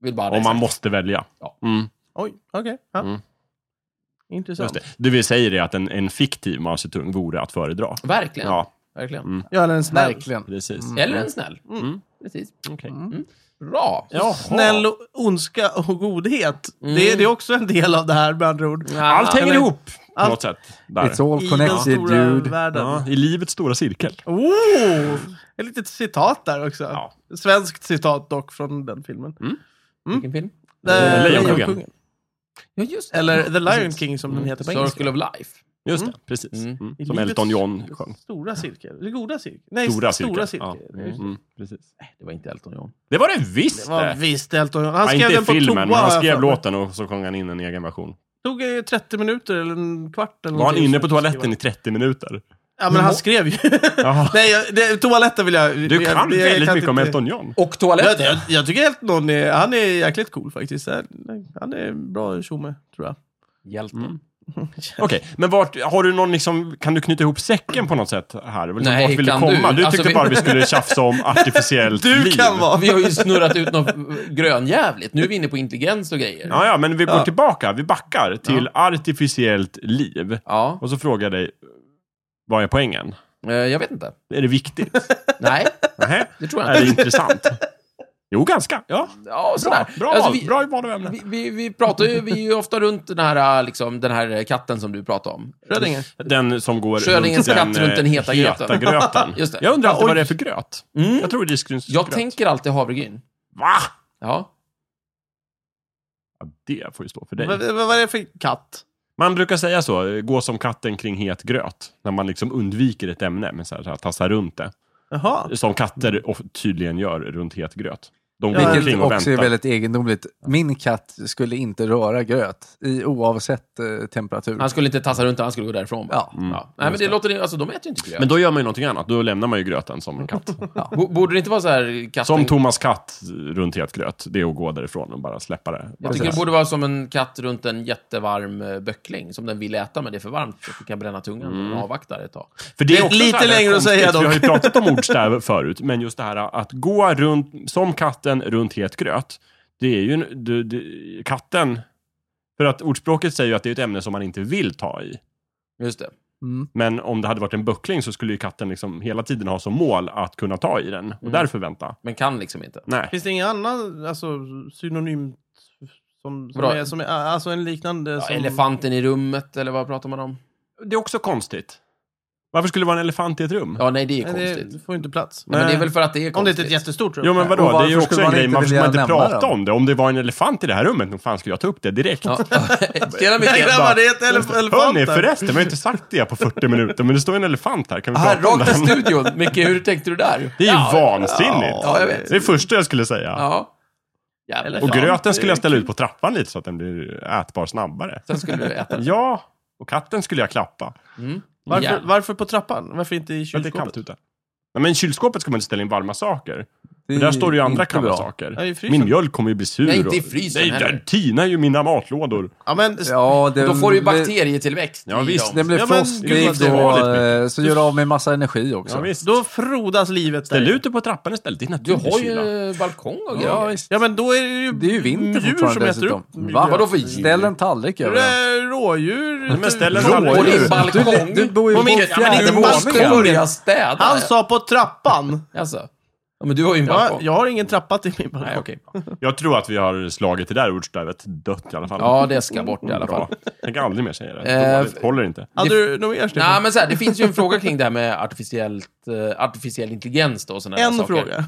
Speaker 2: Vill bara ha det
Speaker 3: om man
Speaker 2: sagt.
Speaker 3: måste välja.
Speaker 2: Ja.
Speaker 3: Mm,
Speaker 1: Oj, okej. Ja.
Speaker 3: Mm.
Speaker 1: Intressant.
Speaker 3: just det. Du vill säga det att en, en fiktiv Mao Zedong vore att föredra.
Speaker 2: Verkligen.
Speaker 3: Ja,
Speaker 2: Verkligen.
Speaker 3: Mm.
Speaker 1: Jag är en snäll.
Speaker 4: Verkligen.
Speaker 3: precis.
Speaker 2: Eller en snäll.
Speaker 3: Mm.
Speaker 2: Precis. Mm.
Speaker 3: Okej.
Speaker 2: Bra.
Speaker 3: Jaha.
Speaker 1: Snäll, och ondska och godhet.
Speaker 2: Mm.
Speaker 1: Det, är, det är också en del av det här med andra ord.
Speaker 3: Allt hänger
Speaker 1: Eller-
Speaker 3: ihop på
Speaker 1: Allt-
Speaker 3: något sätt. Där.
Speaker 4: It's all
Speaker 1: I den
Speaker 4: connected,
Speaker 1: stora
Speaker 4: dude.
Speaker 1: världen.
Speaker 3: Ja, I livets stora cirkel.
Speaker 1: Oh! Ett litet citat där också.
Speaker 3: Ja. Mm.
Speaker 1: Svenskt citat dock från den filmen.
Speaker 2: Vilken film?
Speaker 1: Eh,
Speaker 3: Lejonkungen.
Speaker 2: Ja, just det.
Speaker 1: Eller The Lion King som den heter på engelska.
Speaker 2: Circle of Life.
Speaker 3: Just det, precis.
Speaker 2: Mm.
Speaker 3: Mm.
Speaker 1: I
Speaker 3: Som
Speaker 1: livets-
Speaker 3: Elton John sjöng.
Speaker 1: Stora cirkel. Eller goda cirkel. Nej,
Speaker 3: Stora
Speaker 1: stora
Speaker 3: cirkel.
Speaker 1: cirkel.
Speaker 3: Ja. Mm. Precis.
Speaker 2: Nej, Eh, det var inte Elton John.
Speaker 3: Det var det visst
Speaker 1: Det var
Speaker 3: det!
Speaker 1: visst Elton John. Han
Speaker 3: Ja,
Speaker 1: skrev
Speaker 3: inte
Speaker 1: den på
Speaker 3: filmen,
Speaker 1: toa.
Speaker 3: men han
Speaker 1: har jag
Speaker 3: skrev
Speaker 1: för mig.
Speaker 3: låten och så sjöng han in en egen version.
Speaker 1: tog eh, 30 minuter eller en kvart. Eller
Speaker 3: Var han
Speaker 1: någonting
Speaker 3: inne på
Speaker 1: för att
Speaker 3: toaletten i
Speaker 1: skriva.
Speaker 3: 30 minuter?
Speaker 1: Ja, men han skrev ju.
Speaker 3: Jaha.
Speaker 1: Nej, jag, det, toaletten vill jag...
Speaker 3: Du
Speaker 1: jag,
Speaker 3: kan
Speaker 1: jag,
Speaker 3: väldigt mycket om
Speaker 1: inte-
Speaker 3: Elton John.
Speaker 2: Och
Speaker 1: Jag,
Speaker 2: toaletten.
Speaker 1: jag, jag tycker Elton är, han är jäkligt cool faktiskt. Han är en bra tjomme, tror jag.
Speaker 2: Hjälten.
Speaker 3: Mm. Okej, men vart, har du någon liksom, kan du knyta ihop säcken på något sätt här? Liksom,
Speaker 2: Nej,
Speaker 3: vart vill
Speaker 2: kan
Speaker 3: du komma?
Speaker 2: du?
Speaker 3: Du,
Speaker 2: Alltså,
Speaker 3: tyckte
Speaker 2: vi-
Speaker 3: bara vi skulle tjafsa om artificiellt
Speaker 1: Du
Speaker 3: liv.
Speaker 1: kan vara...
Speaker 2: Vi har ju snurrat ut något grönjävligt. Nu är vi inne på intelligens och grejer.
Speaker 3: Ja, ja, men vi går
Speaker 1: Ja.
Speaker 3: tillbaka. Vi backar till artificiellt liv.
Speaker 2: Ja,
Speaker 3: Och så frågar jag dig, vad är poängen?
Speaker 2: eh, jag vet inte.
Speaker 3: Är det viktigt?
Speaker 2: Nej,
Speaker 3: Nähä?
Speaker 2: det tror jag
Speaker 3: Är det
Speaker 2: inte.
Speaker 3: intressant? Jo, ganska. Ja,
Speaker 2: Ja,
Speaker 3: bra.
Speaker 2: sådär.
Speaker 3: Bra,
Speaker 2: Alltså,
Speaker 3: val.
Speaker 2: vi,
Speaker 3: bra val av ämne.
Speaker 2: vi, vi, vi pratar ju, vi är ju ofta runt den här, liksom, den här katten som du pratade om.
Speaker 1: Schrödinger.
Speaker 3: Den som går
Speaker 2: Schrödingens
Speaker 3: runt
Speaker 2: katt runt den
Speaker 3: eh,
Speaker 2: heta gröten.
Speaker 3: gröten.
Speaker 2: Just det.
Speaker 3: Jag undrar alltid
Speaker 2: Ja, Mm.
Speaker 3: vad det är för gröt. Jag tror det är risgrynsgröt.
Speaker 2: Jag tänker alltid havregryn.
Speaker 3: Va?
Speaker 2: Ja.
Speaker 3: Ja, det får ju stå för
Speaker 1: Vad,
Speaker 3: dig.
Speaker 1: vad vad är det för katt?
Speaker 3: Man brukar säga så, eh, gå som katten kring het gröt. När man liksom undviker ett ämne, men så här, så här, tassar runt det.
Speaker 1: Jaha.
Speaker 3: Som katter of- tydligen gör runt het gröt. De går
Speaker 1: Ja,
Speaker 3: omkring
Speaker 4: Vilket
Speaker 3: och
Speaker 4: också
Speaker 3: väntar.
Speaker 4: är väldigt egendomligt. Min katt skulle inte röra gröt i oavsett eh, temperatur.
Speaker 1: Alltså,
Speaker 2: Han skulle inte tassa runt, han skulle gå därifrån.
Speaker 4: Ja.
Speaker 3: Mm.
Speaker 2: ja. Nej, men det låter... Alltså, de äter ju inte gröt.
Speaker 3: Men då gör man ju någonting annat, då lämnar man ju gröten som en katt.
Speaker 2: Bo- Borde det inte vara så här katten...
Speaker 3: Som Thomas Katt runt het gröt, det är att gå därifrån och bara släppa det. Alltså,
Speaker 2: Jag tycker det borde vara som en katt runt en jättevarm eh, böckling som den vill äta, men det är för varmt. Så att den kan bränna tungan
Speaker 3: Mm.
Speaker 2: och avvaktar ett tag.
Speaker 3: För det
Speaker 1: Det är
Speaker 3: är också
Speaker 1: lite
Speaker 3: så här
Speaker 1: längre att
Speaker 3: konstigt,
Speaker 1: säga dock.
Speaker 3: Vi har ju pratat om ordstäv förut, men just det här att gå runt, som katten runt het gröt, det är ju en, du, du, katten, för att ordspråket säger ju att det är ett ämne som man inte vill ta i.
Speaker 2: Just det.
Speaker 4: Mm.
Speaker 3: Men om det hade varit en böckling så skulle ju katten liksom hela tiden ha som mål att kunna ta i den
Speaker 1: Mm.
Speaker 3: och därför vänta.
Speaker 2: Men kan liksom inte.
Speaker 3: Nej.
Speaker 1: Finns det ingen annan alltså, synonym som, som,
Speaker 2: Vadå?
Speaker 1: är, som är, alltså en liknande
Speaker 2: Ja,
Speaker 1: som...
Speaker 2: Elefanten i rummet, eller vad pratar man om?
Speaker 3: Det är också konstigt. Varför skulle det vara en elefant i ett rum?
Speaker 2: Ja, nej, det är
Speaker 1: Nej,
Speaker 2: konstigt.
Speaker 1: Det får ju inte plats.
Speaker 2: Men det är väl för att det är
Speaker 1: Om det
Speaker 2: konstigt.
Speaker 1: inte är ett jättestort rum.
Speaker 3: Jo men vadå,
Speaker 4: Och
Speaker 3: det är
Speaker 4: varför
Speaker 3: ju också
Speaker 4: skulle
Speaker 3: en
Speaker 4: man
Speaker 3: grej,
Speaker 4: inte
Speaker 3: varför ska
Speaker 4: vilja
Speaker 3: man inte
Speaker 4: nämna
Speaker 3: prata
Speaker 4: dem?
Speaker 3: om det? Om det var en elefant i det här rummet, nog fan skulle jag ta upp det direkt.
Speaker 2: Ja. Tjena,
Speaker 1: Nej,
Speaker 2: Mikael.
Speaker 1: grabbar, det är ett elef- elefant
Speaker 3: Hörni,
Speaker 1: där.
Speaker 3: förresten, vi har inte sagt det på 40 minuter, men det står en elefant här. Kan vi
Speaker 2: Här,
Speaker 3: prata om
Speaker 2: Ah, rakt i
Speaker 3: den?
Speaker 2: studion. Micke, hur tänkte du där?
Speaker 3: Det är ju
Speaker 2: ja,
Speaker 3: vansinnigt.
Speaker 2: Ja, jag vet.
Speaker 3: Det är det första jag skulle säga.
Speaker 2: Ja. Jävla
Speaker 3: och
Speaker 2: fan.
Speaker 3: gröten skulle jag ställa ut på trappan lite så att den blir ätbar snabbare.
Speaker 2: Sen skulle du äta.
Speaker 3: Ja, och katten skulle jag klappa.
Speaker 1: Varför,
Speaker 2: Ja.
Speaker 1: varför på trappan? Varför inte i
Speaker 3: Men det är
Speaker 1: kylskåpet?
Speaker 3: kallt ute. Nej, men i kylskåpet ska man inte ställa in varma saker.
Speaker 4: Det
Speaker 3: Men där står det ju
Speaker 4: är
Speaker 3: andra
Speaker 4: inte
Speaker 3: kalla
Speaker 4: bra.
Speaker 1: Ja, i
Speaker 3: saker.
Speaker 1: frysen.
Speaker 3: Min mjölk kommer ju bli sur.
Speaker 2: Nej, inte i
Speaker 3: och-
Speaker 2: frysen
Speaker 3: Nej,
Speaker 2: heller.
Speaker 3: den tinar ju mina matlådor.
Speaker 1: Ja, men
Speaker 4: Ja, det,
Speaker 2: Då får du ju
Speaker 4: men-
Speaker 2: bakterietillväxt
Speaker 3: Ja,
Speaker 2: i
Speaker 3: visst.
Speaker 2: dem.
Speaker 4: Den blir
Speaker 1: Ja, men gud vad
Speaker 4: frostig
Speaker 1: det
Speaker 4: och
Speaker 3: var.
Speaker 4: eh, så gör du av med massa energi också.
Speaker 3: Ja, visst.
Speaker 1: då frodas livet
Speaker 3: Ställ
Speaker 1: där.
Speaker 3: ut det på trappan istället. Det är
Speaker 2: Du
Speaker 3: naturlig
Speaker 2: har
Speaker 3: kyla.
Speaker 2: ju balkong och
Speaker 4: Ja,
Speaker 2: grejer.
Speaker 4: visst.
Speaker 1: Ja, men då är det ju,
Speaker 4: Det är ju
Speaker 1: djur
Speaker 4: vinter
Speaker 1: som
Speaker 4: fortfarande
Speaker 1: äter
Speaker 4: dessutom.
Speaker 1: upp.
Speaker 4: Va?
Speaker 1: Vadå
Speaker 2: för djur?
Speaker 4: Ställ en tallrik över
Speaker 1: Det
Speaker 4: den.
Speaker 1: är rådjur.
Speaker 3: Men ställ en
Speaker 1: Rådjur.
Speaker 2: På
Speaker 3: tallrik.
Speaker 2: din
Speaker 3: Du-
Speaker 2: balkong.
Speaker 4: Du, du bor ju
Speaker 1: På
Speaker 4: på
Speaker 1: min- ja, men
Speaker 4: fjärde
Speaker 1: inte
Speaker 2: Du måste
Speaker 1: balkong.
Speaker 4: våningen.
Speaker 2: börja städa.
Speaker 1: Han sa på trappan.
Speaker 2: Alltså. Ja, men du har ju en
Speaker 1: Ja,
Speaker 2: balkong.
Speaker 1: jag har ingen trappa till min balkong.
Speaker 2: Nej, okej.
Speaker 3: Jag tror att vi har slagit det där ordstävet dött i alla fall.
Speaker 2: Ja, det ska bort i alla fall.
Speaker 3: Bra. Jag kan aldrig mer säga det.
Speaker 2: Eh,
Speaker 3: Dåligt. Håller inte.
Speaker 1: Hade du något mer, Stefan?
Speaker 2: Nej, men så här, det finns ju en fråga kring det här med artificiellt, eh, artificiell intelligens då, och såna där
Speaker 1: en
Speaker 2: saker.
Speaker 1: fråga.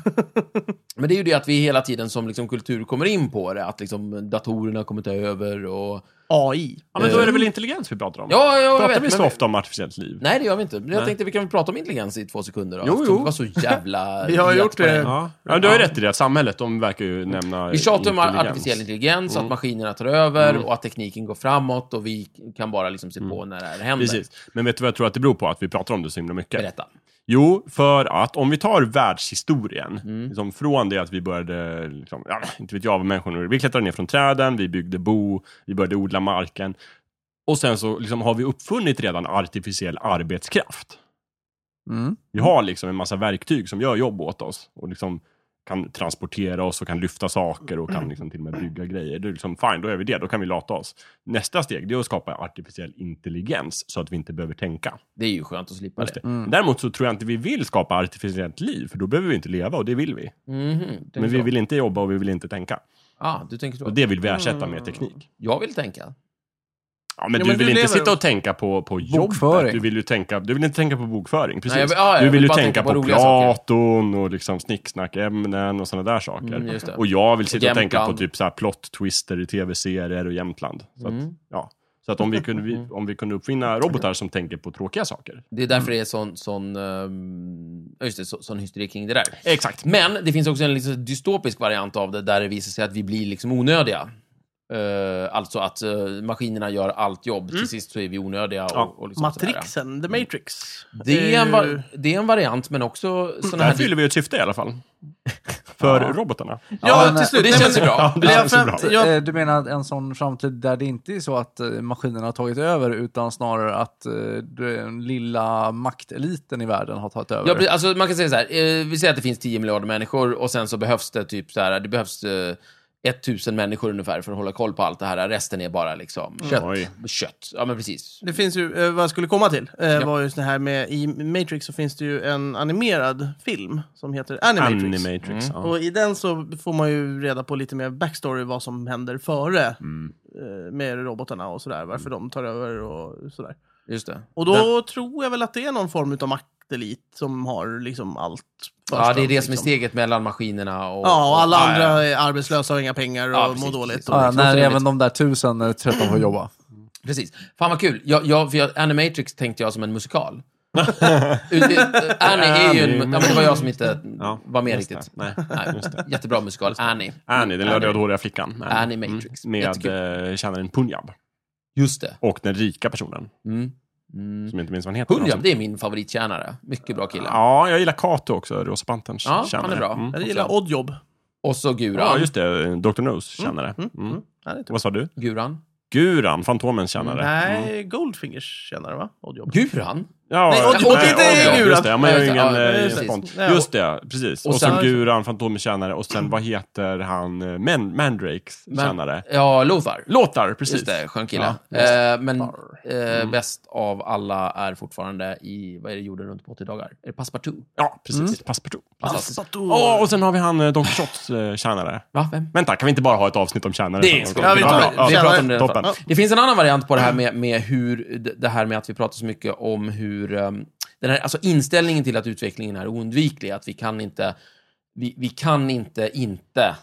Speaker 2: Men det är ju det att vi hela tiden som liksom kultur kommer in på det, att liksom datorerna kommer ta över och...
Speaker 1: AI.
Speaker 3: Ja, men då är det väl intelligens vi pratar om?
Speaker 2: Ja, ja, jag
Speaker 3: pratar
Speaker 2: vet,
Speaker 3: vi så
Speaker 2: men-
Speaker 3: ofta om artificiellt liv?
Speaker 2: Nej, det gör vi inte. Men jag tänkte vi kan väl prata om intelligens i två sekunder då.
Speaker 3: Jo,
Speaker 2: eftersom
Speaker 3: jo.
Speaker 2: Det var så jävla...
Speaker 1: Vi har
Speaker 2: het
Speaker 1: gjort
Speaker 2: på den.
Speaker 1: det.
Speaker 3: Ja, ja du har ju rätt i det. Att samhället, de verkar ju nämna
Speaker 2: Vi tjatar om
Speaker 3: intelligens. Mm.
Speaker 2: artificiell intelligens, att maskinerna tar över och att tekniken går framåt och vi kan bara liksom se på när det här händer.
Speaker 3: Mm. Precis. Men vet du vad jag tror att det beror på? Att vi pratar om det så himla mycket.
Speaker 2: Berätta.
Speaker 3: Jo, för att om vi tar världshistorien,
Speaker 2: Mm.
Speaker 3: liksom från det att vi började, liksom, ja, inte vet jag vad människorna gjorde. vi klättrade ner från träden, vi byggde bo, vi började odla marken. Och sen så liksom, har vi uppfunnit redan artificiell arbetskraft.
Speaker 4: Mm.
Speaker 3: Vi har liksom en massa verktyg som gör jobb åt oss och liksom kan transportera oss och kan lyfta saker och kan liksom till och med bygga grejer. Det är liksom, fine, då är vi det. Då kan vi lata oss. Nästa steg, det är att skapa artificiell intelligens så att vi inte behöver tänka.
Speaker 2: Det är ju skönt att slippa det.
Speaker 3: Däremot så tror jag inte vi vill skapa artificiellt liv, för då behöver vi inte leva och det vill vi.
Speaker 2: Mhm,
Speaker 3: Men vi
Speaker 2: så.
Speaker 3: vill inte jobba och vi vill inte tänka.
Speaker 2: Ah, du tänker så.
Speaker 3: Och det vill vi
Speaker 2: Mm.
Speaker 3: ersätta med teknik.
Speaker 2: Jag vill tänka.
Speaker 3: Ja, men
Speaker 1: Ja,
Speaker 3: du
Speaker 1: men
Speaker 3: vill
Speaker 1: du
Speaker 3: inte
Speaker 1: lever-
Speaker 3: sitta och tänka på, på jobbet.
Speaker 4: Bokföring.
Speaker 3: Du vill ju tänka, du vill inte tänka på bokföring, precis.
Speaker 2: Nej, jag vill- ja, jag
Speaker 3: du
Speaker 2: vill
Speaker 3: vill ju
Speaker 2: bara
Speaker 3: tänka
Speaker 2: tänka på
Speaker 3: på
Speaker 2: roliga saker.
Speaker 3: Platon och liksom snicksnackämnen och sådana där saker.
Speaker 2: Mm, just det.
Speaker 3: och jag vill sitta och tänka på
Speaker 2: Jämtland.
Speaker 3: typ så här plot twister i tv-serier och Jämtland. Så att,
Speaker 2: Mm.
Speaker 3: ja. så att om, vi kunde, vi- om vi kunde uppfinna robotar som tänker på tråkiga saker.
Speaker 2: Det är därför det är sån, sån, ehm, ja, just det, så, sån hysteri kring det där.
Speaker 1: Eh.
Speaker 3: Exakt.
Speaker 2: Men det finns också en liksom dystopisk variant av det där det visar sig att vi blir liksom onödiga. Eh, alltså att eh, maskinerna gör allt jobb. Till sist så är vi onödiga. Och,
Speaker 3: Ja.
Speaker 2: och liksom sådär. Mm.
Speaker 1: Matrixen, The Matrix.
Speaker 2: Det är, en
Speaker 1: ju-
Speaker 2: va- det är en variant, men också såna
Speaker 3: Där
Speaker 2: här...
Speaker 3: Mm. fyller vi ett syfte i alla fall. För robotarna.
Speaker 1: Ja,
Speaker 4: men-
Speaker 1: till slut.
Speaker 2: Det
Speaker 1: Nej,
Speaker 2: känns
Speaker 1: men-
Speaker 2: ju bra.
Speaker 3: Ja, det
Speaker 1: Ja,
Speaker 3: känns ju
Speaker 1: för
Speaker 3: bra.
Speaker 1: att- Jag-
Speaker 4: Eh, Du menar en sån framtid där det inte är så att eh, maskinerna har tagit över utan snarare att eh, den lilla makteliten i världen har tagit över?
Speaker 2: Ja, precis. alltså, man kan säga så här, eh, vi säger att det finns 10 miljarder människor och sen så behövs det typ så här, det behövs eh, 1000 människor ungefär för att hålla koll på allt det här. Resten är bara liksom kött.
Speaker 3: Oj.
Speaker 2: Kött, ja men precis.
Speaker 1: Det finns ju, eh, vad jag skulle komma till, eh, var just det här med, i Matrix så finns det ju en animerad film som heter Animatrix.
Speaker 3: Animatrix.
Speaker 2: Mm.
Speaker 3: ja.
Speaker 1: Och i den så får man ju reda på lite mer backstory vad som händer före eh, med robotarna och sådär, varför de tar över och sådär.
Speaker 2: Just det.
Speaker 1: Och då tror jag väl att det är någon form av maktelit som har liksom allt för
Speaker 2: Ja, det är
Speaker 1: sig,
Speaker 2: det som är
Speaker 1: liksom.
Speaker 2: steget mellan maskinerna och...
Speaker 1: Ja, och alla
Speaker 2: Ja,
Speaker 1: andra
Speaker 2: ja.
Speaker 1: är arbetslösa och har inga pengar och
Speaker 2: Ja, precis,
Speaker 1: mår
Speaker 2: precis.
Speaker 1: dåligt. Och...
Speaker 4: ja,
Speaker 2: det
Speaker 4: när
Speaker 2: låter
Speaker 4: även
Speaker 2: rimligt.
Speaker 4: de där tusen är trötta på att jobba.
Speaker 2: Precis. Fan vad kul. Jag, jag, för jag, Animatrix tänkte jag som en musikal. Ut- eh, Annie är ju en... Ja, men det var jag som inte
Speaker 3: Ja,
Speaker 2: var med
Speaker 3: just det.
Speaker 2: riktigt.
Speaker 3: Nej.
Speaker 2: Nej, jättebra musikal. Annie.
Speaker 3: Annie, den lilla rödhåriga flickan. Mm.
Speaker 2: Annie Matrix.
Speaker 3: Med
Speaker 2: Jättekul.
Speaker 3: eh, tjänaren Punjab.
Speaker 2: Just det.
Speaker 3: Och den rika personen,
Speaker 2: Mm. Mm.
Speaker 3: som jag inte minns vad han heter. Alltså-
Speaker 2: Punjab, det är min favorittjänare. Mycket bra kille.
Speaker 3: Ja, jag gillar Kato också, Rosa Panterns
Speaker 2: Ja, han är
Speaker 3: tjänare.
Speaker 2: bra. Mm.
Speaker 3: Mm.
Speaker 1: Jag gillar Oddjob.
Speaker 2: Och så Guran.
Speaker 3: Ja, just det. Dr. Nose tjänare. Mm.
Speaker 1: Ja, det är tur.
Speaker 3: Vad sa du?
Speaker 2: Guran.
Speaker 3: Guran, Fantomens tjänare.
Speaker 2: Mm.
Speaker 1: Nej, Goldfingers tjänare va? Oddjob.
Speaker 2: Guran?
Speaker 3: Ja,
Speaker 1: Nej, och-
Speaker 3: ja,
Speaker 1: och det är
Speaker 3: ja,
Speaker 1: Guran.
Speaker 3: Just det, ja, men jag har
Speaker 2: Ja, just det.
Speaker 3: ju ingen
Speaker 2: Ja,
Speaker 3: eh,
Speaker 1: precis.
Speaker 3: respons.
Speaker 1: Ja, och-
Speaker 3: Just det, precis.
Speaker 2: och
Speaker 3: Och sen
Speaker 2: sen-
Speaker 3: Guran, Fantomens tjänare och sen vad heter han, eh, Man- Mandrakes
Speaker 2: Men-
Speaker 3: tjänare?
Speaker 2: Ja, Lothar.
Speaker 3: Låtar, precis.
Speaker 2: Just det, skön kille.
Speaker 3: Ja,
Speaker 2: eh, men eh,
Speaker 3: Mm.
Speaker 2: bäst av alla är fortfarande i, vad är det, jorden runt på 80 dagar? Är det Passepartout?
Speaker 3: Ja, precis. Passepartout.
Speaker 2: Fantastiskt.
Speaker 3: Åh, och sen har vi han eh, Don Quijotes eh, tjänare.
Speaker 2: Va? Vem?
Speaker 3: Vänta, kan vi inte bara ha ett avsnitt om tjänare?
Speaker 2: Det
Speaker 3: sen?
Speaker 2: ska
Speaker 1: Ja,
Speaker 2: vi
Speaker 1: vi
Speaker 2: prata
Speaker 1: tar
Speaker 2: om.
Speaker 1: det.
Speaker 2: Vi
Speaker 1: Ja,
Speaker 2: pratar om det. i alla
Speaker 3: toppen.
Speaker 2: fall. Det finns en annan variant på det här med, med hur, d- det här med att vi pratar så mycket om hur, ehm, den här, alltså inställningen till att utvecklingen är oundviklig, att vi kan inte, vi, vi kan inte inte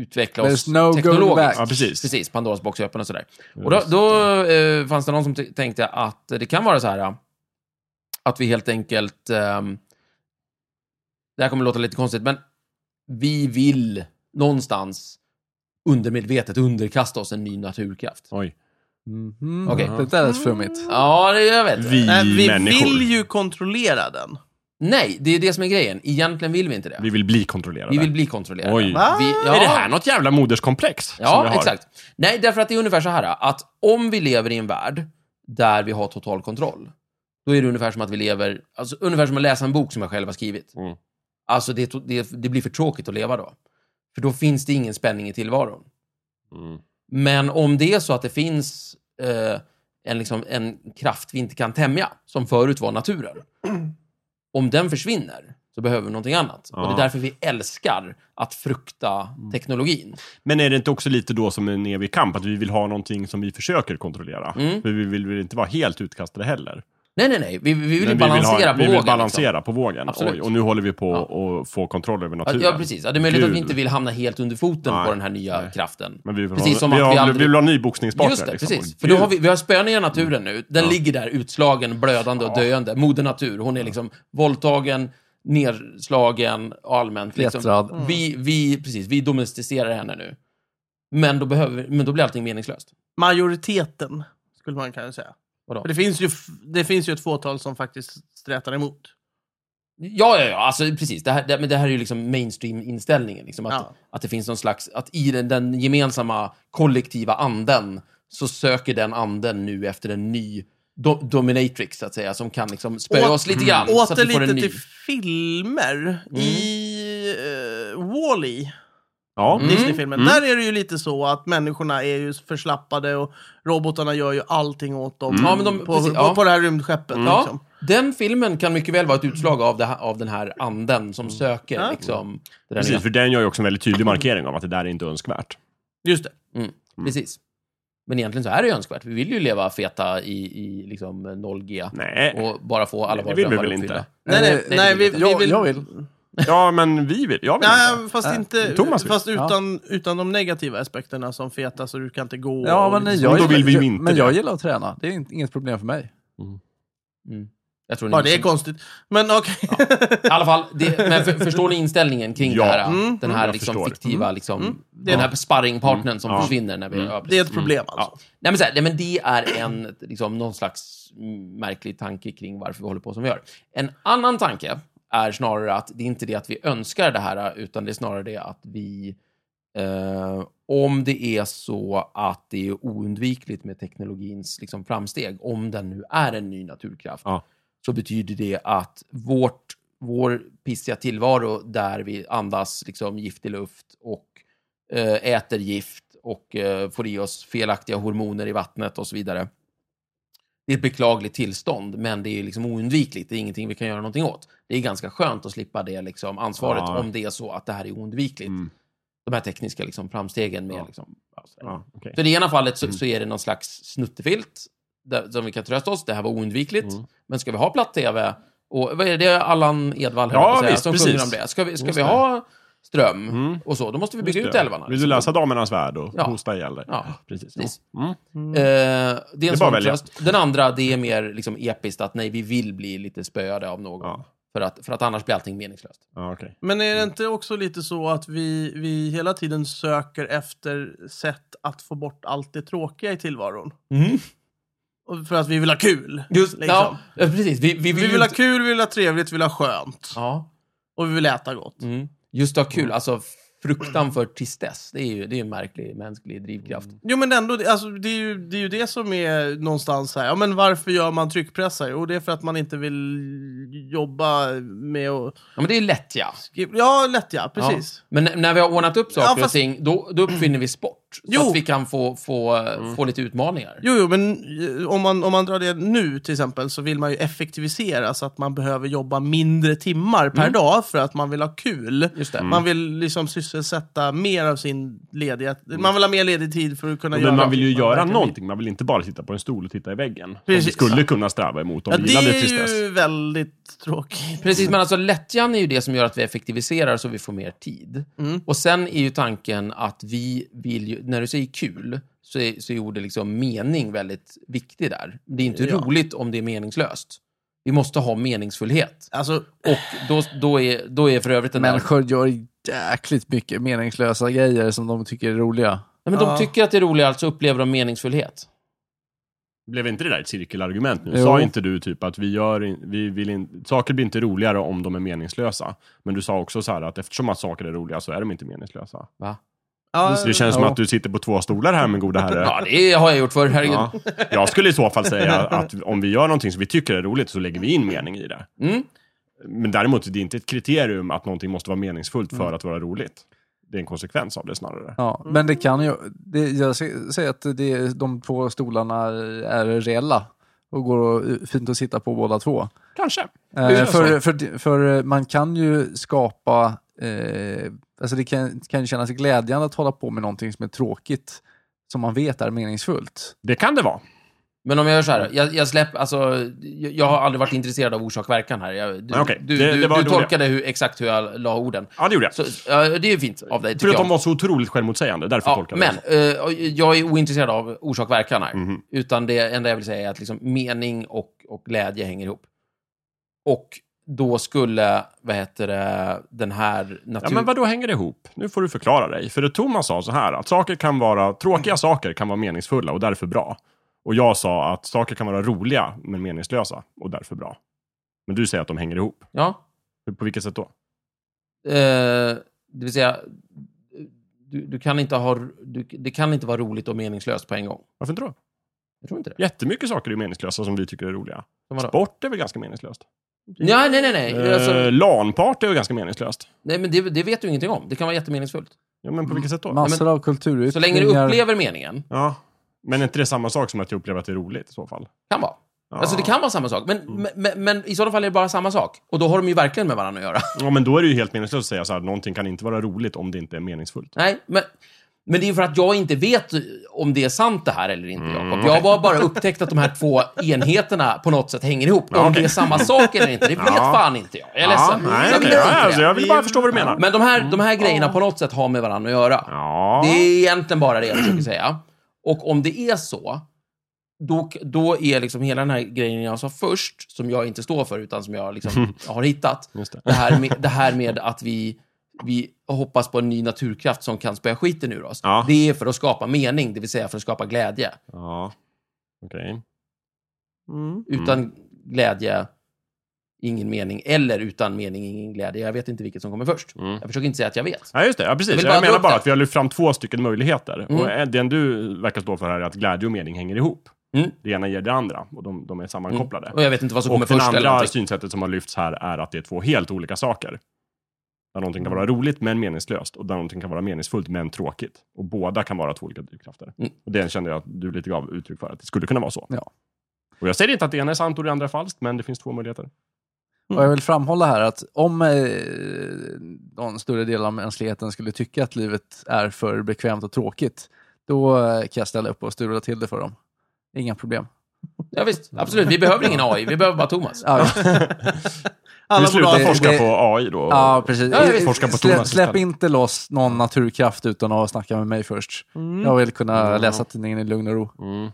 Speaker 2: utveckla oss
Speaker 4: There's no going
Speaker 2: teknologiskt.
Speaker 4: back.
Speaker 3: Ja, precis.
Speaker 2: Precis, Pandoras box är öppen och sådär. Och då, då eh, fanns det någon som t- tänkte att det kan vara så här eh, att vi helt enkelt, ehm, det här kommer låta lite konstigt, men vi vill någonstans undermedvetet underkasta oss en ny naturkraft.
Speaker 3: Oj.
Speaker 4: Mhm.
Speaker 3: Mm.
Speaker 2: Okej.
Speaker 4: Det där är flummigt.
Speaker 2: Ja, det jag vet.
Speaker 3: Vi
Speaker 1: Nej, vi
Speaker 3: människor.
Speaker 1: vill ju kontrollera den.
Speaker 2: Nej, det är det som är grejen. Egentligen vill vi inte det.
Speaker 3: Vi vill bli kontrollerade.
Speaker 2: Vi vill bli kontrollerade.
Speaker 3: Oj.
Speaker 2: Vi,
Speaker 3: Va?
Speaker 2: ja.
Speaker 3: Är det här något jävla moderskomplex? som vi
Speaker 2: Ja,
Speaker 3: har?
Speaker 2: exakt. Nej, därför att det är ungefär så här att om vi lever i en värld där vi har total kontroll, då är det ungefär som att vi lever, alltså ungefär som att läsa en bok som jag själv har skrivit.
Speaker 3: Mm.
Speaker 2: Alltså det, to- det, det blir för tråkigt att leva då. För då finns det ingen spänning i tillvaron.
Speaker 3: Mm.
Speaker 2: Men om det är så att det finns eh, en, liksom, en kraft vi inte kan tämja, som förut var naturen, om den försvinner så behöver vi någonting annat. Och det
Speaker 3: Ja. Mm.
Speaker 2: är därför vi älskar att frukta teknologin.
Speaker 3: Men är det inte också lite då som en evig kamp, att vi vill ha någonting som vi försöker kontrollera?
Speaker 2: Mm.
Speaker 3: För vi vill väl inte vara helt utkastade heller?
Speaker 2: Nej, nej, nej. Vi, vi vill ju
Speaker 3: Men
Speaker 2: balansera
Speaker 3: vi vill
Speaker 2: på
Speaker 3: ha, Vi
Speaker 2: vågen. liksom.
Speaker 3: vill balansera på vågen.
Speaker 2: Absolut.
Speaker 3: Oj, och nu håller vi på att få kontroll över
Speaker 2: Liksom.
Speaker 3: naturen.
Speaker 2: Ja, precis. Ja, det är möjligt att vi
Speaker 3: Gud.
Speaker 2: inte vill hamna helt under foten
Speaker 3: Nej.
Speaker 2: på den här nya kraften.
Speaker 3: Men vi vill,
Speaker 2: Precis
Speaker 3: ha,
Speaker 2: som
Speaker 3: vi,
Speaker 2: att
Speaker 3: har,
Speaker 2: vi
Speaker 3: vi,
Speaker 2: aldrig-
Speaker 3: vill ha en ny boxningspartner.
Speaker 2: Just det,
Speaker 3: liksom.
Speaker 2: precis.
Speaker 3: Och
Speaker 2: För då har
Speaker 3: gud.
Speaker 2: vi, vi har spön i naturen nu. Den ligger där utslagen, blödande och döende. Moder natur. Hon är liksom våldtagen, nedslagen, allmänt. Liksom.
Speaker 4: Klättrad.
Speaker 2: Vi, vi, precis, vi domesticerar henne nu. Men då, behöver, vi- men då blir allting meningslöst.
Speaker 1: Majoriteten, skulle man kanske säga.
Speaker 2: Vadå?
Speaker 1: För det, finns ju, f- det finns ju ett fåtal som faktiskt strätar emot.
Speaker 2: Ja, ja, ja. Alltså, precis. Det här, det, men det här är ju liksom mainstream-inställningen. Liksom, att,
Speaker 1: Ja.
Speaker 2: att det finns någon slags... Att i den, den gemensamma kollektiva anden så söker den anden nu efter en ny do, dominatrix, så att säga, som kan liksom spöa
Speaker 1: Å-
Speaker 2: oss lite grann. så att
Speaker 1: Mm. Åter
Speaker 2: vi får en
Speaker 1: lite
Speaker 2: ny. Mm.
Speaker 1: till filmer. I uh, Wall-E,
Speaker 3: Ja.
Speaker 2: Mm.
Speaker 1: Disney-filmen, där är det ju lite så att människorna är ju förslappade och robotarna gör ju allting åt dem
Speaker 2: Mm. Ja, men de-
Speaker 1: på,
Speaker 2: precis,
Speaker 1: på,
Speaker 2: ja.
Speaker 1: på det här rymdskeppet.
Speaker 2: Ja,
Speaker 1: Liksom.
Speaker 2: den filmen kan mycket väl vara ett utslag av, det här, av den här anden som söker
Speaker 1: Mm. Ja. Mm.
Speaker 2: liksom... Det där
Speaker 3: Precis,
Speaker 2: nya.
Speaker 3: för den gör ju också en väldigt tydlig markering av att det där är inte önskvärt.
Speaker 1: Just det.
Speaker 2: Mm, precis. Men egentligen så är det ju önskvärt. Vi vill ju leva feta i, i liksom 0G.
Speaker 1: Mm.
Speaker 3: Nej.
Speaker 2: Och bara få alla
Speaker 3: Det
Speaker 2: våra
Speaker 3: vill vi
Speaker 2: drömmar
Speaker 3: väl inte?
Speaker 2: uppfyllda.
Speaker 1: Nej, nej,
Speaker 2: Eh, nej,
Speaker 1: nej,
Speaker 2: det
Speaker 1: vi,
Speaker 2: vill
Speaker 1: vi
Speaker 2: jag
Speaker 1: vill...
Speaker 4: Jag, jag vill.
Speaker 3: Ja, men vi vill. Jag vill inte.
Speaker 1: Nej, fast,
Speaker 4: Nej,
Speaker 1: inte,
Speaker 3: Thomas vill.
Speaker 1: fast
Speaker 4: Ja.
Speaker 1: utan, utan de negativa aspekterna som feta så du kan inte gå.
Speaker 4: Ja,
Speaker 1: och
Speaker 4: men
Speaker 1: liksom-
Speaker 4: jag,
Speaker 3: då vill vi ju
Speaker 4: jag-
Speaker 3: inte
Speaker 4: men
Speaker 3: det.
Speaker 4: jag gillar att träna. Det är in- inget problem för mig.
Speaker 2: Jag tror ni
Speaker 1: ja, det är konstigt. Men okej.
Speaker 2: I alla fall, det, men för, förstår ni inställningen kring
Speaker 3: Ja.
Speaker 2: det här,
Speaker 1: Mm,
Speaker 2: den här
Speaker 3: jag
Speaker 2: liksom
Speaker 3: förstår.
Speaker 2: fiktiva, liksom,
Speaker 1: Det är-
Speaker 2: den här sparringpartnern som
Speaker 3: Ja.
Speaker 2: försvinner när vi
Speaker 3: Mm.
Speaker 2: ja,
Speaker 1: Det är
Speaker 2: precis.
Speaker 1: ett problem alltså.
Speaker 2: Ja. Nej, men, så här, nej, men det är en, liksom, någon slags mm, märklig tanke kring varför vi håller på som vi gör. En annan tanke är snarare att det är inte det att vi önskar det här, utan det är snarare det att vi... Eh, om det är så att det är oundvikligt med teknologins liksom, framsteg, om den nu är en ny naturkraft,
Speaker 3: Ja.
Speaker 2: så betyder det att vårt, vår pissiga tillvaro där vi andas liksom, giftig luft och eh, äter gift och eh, får i oss felaktiga hormoner i vattnet och så vidare. Det är ett beklagligt tillstånd, men det är liksom oundvikligt. Det är ingenting vi kan göra någonting åt. Det är ganska skönt att slippa det liksom, ansvaret
Speaker 3: Ja.
Speaker 2: om det är så att det här är oundvikligt.
Speaker 3: Mm.
Speaker 2: De här tekniska liksom, framstegen med...
Speaker 3: Ja.
Speaker 2: Liksom, alltså,
Speaker 3: Ja, okej.
Speaker 2: För i det ena fallet så,
Speaker 3: Mm.
Speaker 2: så är det någon slags snuttefilt där, som vi kan trösta oss. Det här var oundvikligt.
Speaker 3: Mm.
Speaker 2: Men ska vi ha platt-tv? Och vad är det Allan Edwall höll
Speaker 3: Ja,
Speaker 2: jag på att säga,
Speaker 3: visst,
Speaker 2: som
Speaker 3: precis.
Speaker 2: sjunger om det? Ska vi, ska
Speaker 3: Just
Speaker 2: vi
Speaker 3: det.
Speaker 2: ha ström
Speaker 3: Mm.
Speaker 2: och så? Då måste vi bygga
Speaker 3: Just
Speaker 2: ut
Speaker 3: det.
Speaker 2: älvarna.
Speaker 3: Vill du läsa Damernas Värld och
Speaker 2: Ja.
Speaker 3: hosta ihjäl dig?
Speaker 2: Ja,
Speaker 3: precis.
Speaker 2: precis.
Speaker 3: Ja. Mm.
Speaker 2: Eh, det är en
Speaker 3: bara
Speaker 2: sån
Speaker 3: att välja.
Speaker 2: tröst. Den andra, det är mer liksom episkt att nej, vi vill bli lite spöade av någon.
Speaker 3: Ja.
Speaker 2: För, att, för att annars blir allting meningslöst.
Speaker 3: Ja, okej.
Speaker 1: Men är det inte också lite så att vi, vi hela tiden söker efter sätt att få bort allt det tråkiga i tillvaron? Och för att vi vill ha kul.
Speaker 2: Just,
Speaker 1: liksom.
Speaker 2: ja, eh, precis. Vi, vi vill,
Speaker 1: Vi
Speaker 2: ju
Speaker 1: vill ha
Speaker 2: inte-
Speaker 1: kul, vi vill ha trevligt, vi vill ha skönt.
Speaker 2: Ja.
Speaker 1: Och vi vill äta gott.
Speaker 2: Mm. Just att ha kul, alltså fruktan för tristess, det är ju det är en märklig mänsklig drivkraft.
Speaker 1: Jo men ändå, det- alltså, det, är ju, det är ju det som är någonstans här. Ja men varför gör man tryckpressar? Jo det är för att man inte vill jobba med att...
Speaker 2: Ja, men det är lätt ja.
Speaker 1: skriva- Ja, lättja,
Speaker 2: ja.
Speaker 1: precis.
Speaker 2: Men n- när vi har ordnat upp saker
Speaker 1: Ja, fast-
Speaker 2: och ting, då, då uppfinner vi sport.
Speaker 1: Jo. Mm.
Speaker 2: Så att vi kan få, få, få lite utmaningar.
Speaker 1: Jo, jo men eh, om man, om man drar det nu till exempel så vill man ju effektivisera så att man behöver jobba mindre timmar per
Speaker 2: Mm.
Speaker 1: dag för att man vill ha kul.
Speaker 2: Just det.
Speaker 3: Mm.
Speaker 1: Man vill liksom sysselsätta mer av sin lediga... Man vill ha mer ledig tid för att kunna göra...
Speaker 3: Mm. Men man vill ju
Speaker 1: något man
Speaker 3: göra
Speaker 1: verkligen
Speaker 3: någonting, man vill inte bara sitta på en stol och titta i väggen. Som
Speaker 1: Precis.
Speaker 3: vi skulle kunna sträva emot om
Speaker 1: Ja,
Speaker 3: vi
Speaker 1: det
Speaker 3: gillade
Speaker 1: är
Speaker 3: tristess.
Speaker 1: ju väldigt tråkigt.
Speaker 2: Precis, men alltså lättjan är ju det som gör att vi effektiviserar så vi får mer tid.
Speaker 1: Mm.
Speaker 2: Och sen är ju tanken att vi vill ju, när du säger kul, så är, så är ordet liksom mening väldigt viktig där. Det är inte
Speaker 1: Ja.
Speaker 2: roligt om det är meningslöst. Vi måste ha meningsfullhet.
Speaker 1: Alltså,
Speaker 2: Och då, då, är, då är för övrigt den där...
Speaker 4: Människor gör jäkligt mycket meningslösa grejer som de tycker är roliga.
Speaker 2: Nej, men de
Speaker 1: Ja.
Speaker 2: tycker att det är roligt, alltså upplever de meningsfullhet.
Speaker 3: Blev inte det där ett cirkelargument nu?
Speaker 2: Jo.
Speaker 3: Sa inte du typ att vi gör, in- vi vill in, saker blir inte roligare om de är meningslösa? Men du sa också så här att eftersom att saker är roliga så är de inte meningslösa.
Speaker 2: Va?
Speaker 1: Ja,
Speaker 3: Så det känns som
Speaker 4: Ja.
Speaker 3: att du sitter på två stolar här min goda herre.
Speaker 2: Ja, det har jag gjort förr, herregud.
Speaker 3: Ja. Jag skulle i så fall säga att om vi gör någonting som vi tycker är roligt så lägger vi in mening i det.
Speaker 2: Mm.
Speaker 3: Men däremot, det är inte ett kriterium att någonting måste vara meningsfullt
Speaker 2: Mm.
Speaker 3: för att vara roligt. Det är en konsekvens av det snarare.
Speaker 4: Ja, men det kan ju... Det, jag sä- säger att det, de två stolarna är reella och går att- eh, fint att sitta på båda två.
Speaker 3: Kanske.
Speaker 4: Eh,
Speaker 2: Det är så.
Speaker 4: för, för, för eh, man kan ju skapa... Eh, alltså det kan, kan ju kännas glädjande att hålla på med någonting som är tråkigt som man vet är meningsfullt.
Speaker 3: Det kan det vara.
Speaker 2: Men om jag gör så här, jag, jag släpper, alltså, jag, jag har aldrig varit intresserad av orsak-verkan här. Jag, du,
Speaker 3: Nej, okej.
Speaker 2: du,
Speaker 3: Det-
Speaker 2: du,
Speaker 3: det var
Speaker 2: du
Speaker 3: dåliga.
Speaker 2: tolkade hur, exakt hur jag la orden.
Speaker 3: Ja, det gjorde jag.
Speaker 2: Så, ja, det är ju fint av dig, tycker
Speaker 3: Förutom att
Speaker 2: jag.
Speaker 3: vara så otroligt självmotsägande, därför
Speaker 2: Ja,
Speaker 3: tolkar jag
Speaker 2: men
Speaker 3: det. Mhm.
Speaker 2: eh, jag är ointresserad av orsak-verkan här. Utan det enda jag vill säga är att liksom, mening och, och glädje hänger ihop. Och då skulle, vad heter det, den här natur...
Speaker 3: Ja, men vad då hänger det ihop? Nu får du förklara dig. För det Thomas sa så här, att saker kan vara, tråkiga saker kan vara meningsfulla och därför bra. Och jag sa att saker kan vara roliga men meningslösa och därför bra. Men du säger att de hänger ihop.
Speaker 2: Ja.
Speaker 3: Hur- På vilket sätt då?
Speaker 2: Eh, det vill säga, du, du kan inte ha, du, det kan inte vara roligt och meningslöst på en gång.
Speaker 3: Varför inte då?
Speaker 2: Jag tror inte det.
Speaker 3: Jättemycket saker är meningslösa som vi tycker är roliga.
Speaker 2: Som vadå?
Speaker 3: Sport är väl ganska meningslöst?
Speaker 2: Ja, nej, nej, nej.
Speaker 3: Eh,
Speaker 2: Alltså,
Speaker 3: LAN-party är väl ganska meningslöst?
Speaker 2: nej men det, det vet du ingenting om. Det kan vara jättemeningsfullt.
Speaker 3: Ja, men på vilket sätt då?
Speaker 4: Massor av
Speaker 2: Så länge du
Speaker 4: kulturyttringar.
Speaker 2: upplever meningen,
Speaker 3: Ja. Men är inte det samma sak som att jag upplever att det är roligt i så fall?
Speaker 2: kan vara.
Speaker 3: Ja. Mm.
Speaker 2: Alltså det kan vara samma sak, men, men, men i sådana fall är det bara samma sak. Och då har de ju verkligen med varandra att göra.
Speaker 3: Ja, men då är det ju helt meningslöst att säga så här, någonting kan inte vara roligt om det inte är meningsfullt.
Speaker 2: Nej, men, men det är ju för att jag inte vet om det är sant det här eller inte,
Speaker 3: Mm.
Speaker 2: Jakob. Jag har bara upptäckt att de här två enheterna på något sätt hänger ihop. om det är samma sak eller inte, det vet
Speaker 3: Ja. fan
Speaker 2: fan inte jag. Jag är ledsen.
Speaker 3: Ja, nej,
Speaker 2: jag
Speaker 3: okej.
Speaker 2: vet
Speaker 3: ja,
Speaker 2: inte
Speaker 3: alltså,
Speaker 2: det.
Speaker 3: jag vill bara förstå vad du menar.
Speaker 2: Men de här, de här grejerna på något sätt har med varandra att göra.
Speaker 3: Ja.
Speaker 2: Det är egentligen bara det jag försöker säga. Och om det är så, då, då är liksom hela den här grejen jag sa först, som jag inte står för, utan som jag liksom har hittat,
Speaker 3: Just det.
Speaker 2: det här med, det här med att vi, vi hoppas på en ny naturkraft som kan spöa skiten ur oss.
Speaker 3: Ja.
Speaker 2: Det är för att skapa mening, det vill säga för att skapa glädje.
Speaker 3: Ja. Okej.
Speaker 1: Mm.
Speaker 2: Utan glädje, ingen mening. Eller utan mening, ingen glädje. Jag vet inte vilket som kommer först.
Speaker 3: Mm.
Speaker 2: Jag försöker inte säga att jag vet.
Speaker 3: Ja, just det. Ja,
Speaker 2: Jag
Speaker 3: precis.
Speaker 2: vill
Speaker 3: Jag,
Speaker 2: bara dra
Speaker 3: menar
Speaker 2: upp
Speaker 3: bara
Speaker 2: det.
Speaker 3: att vi har lyft fram två stycken möjligheter.
Speaker 2: Mm.
Speaker 3: Och en- den du verkar stå för här är att glädje och mening hänger ihop.
Speaker 2: Mm.
Speaker 3: Det ena ger det andra och de, de är sammankopplade.
Speaker 2: Och jag vet inte vad som
Speaker 3: Och
Speaker 2: kommer
Speaker 3: det
Speaker 2: först. eller
Speaker 3: andra
Speaker 2: någonting.
Speaker 3: synsättet som har lyfts här är att det är två helt olika saker. Där någonting kan vara roligt men meningslöst och där någonting kan vara meningsfullt men tråkigt. Och båda kan vara två olika drivkrafter.
Speaker 2: Mm.
Speaker 3: Och det kände jag att du lite gav uttryck för, att det skulle kunna vara så.
Speaker 4: Ja.
Speaker 3: Och jag säger inte att det ena är sant och det andra är falskt, men det finns två möjligheter.
Speaker 4: Och jag vill framhålla här att om eh, någon större del av mänskligheten skulle tycka att livet är för bekvämt och tråkigt, då eh, kan jag ställa upp och strula till det för dem. Inga problem.
Speaker 2: Ja, visst. Absolut. Vi behöver ingen AI. Vi behöver bara Thomas.
Speaker 4: Ah, Ja,
Speaker 1: Alla
Speaker 3: vi
Speaker 1: får bra
Speaker 3: slutar
Speaker 4: det-
Speaker 3: forska
Speaker 4: det-
Speaker 3: på AI då.
Speaker 4: ja precis.
Speaker 2: Ja, jag vet.
Speaker 3: Forska på
Speaker 4: Slä,
Speaker 3: Thomas
Speaker 4: släpp
Speaker 3: istället.
Speaker 4: inte loss någon naturkraft utan att snacka med mig först. Jag vill kunna läsa tidningen i lugn och ro.
Speaker 3: Mm.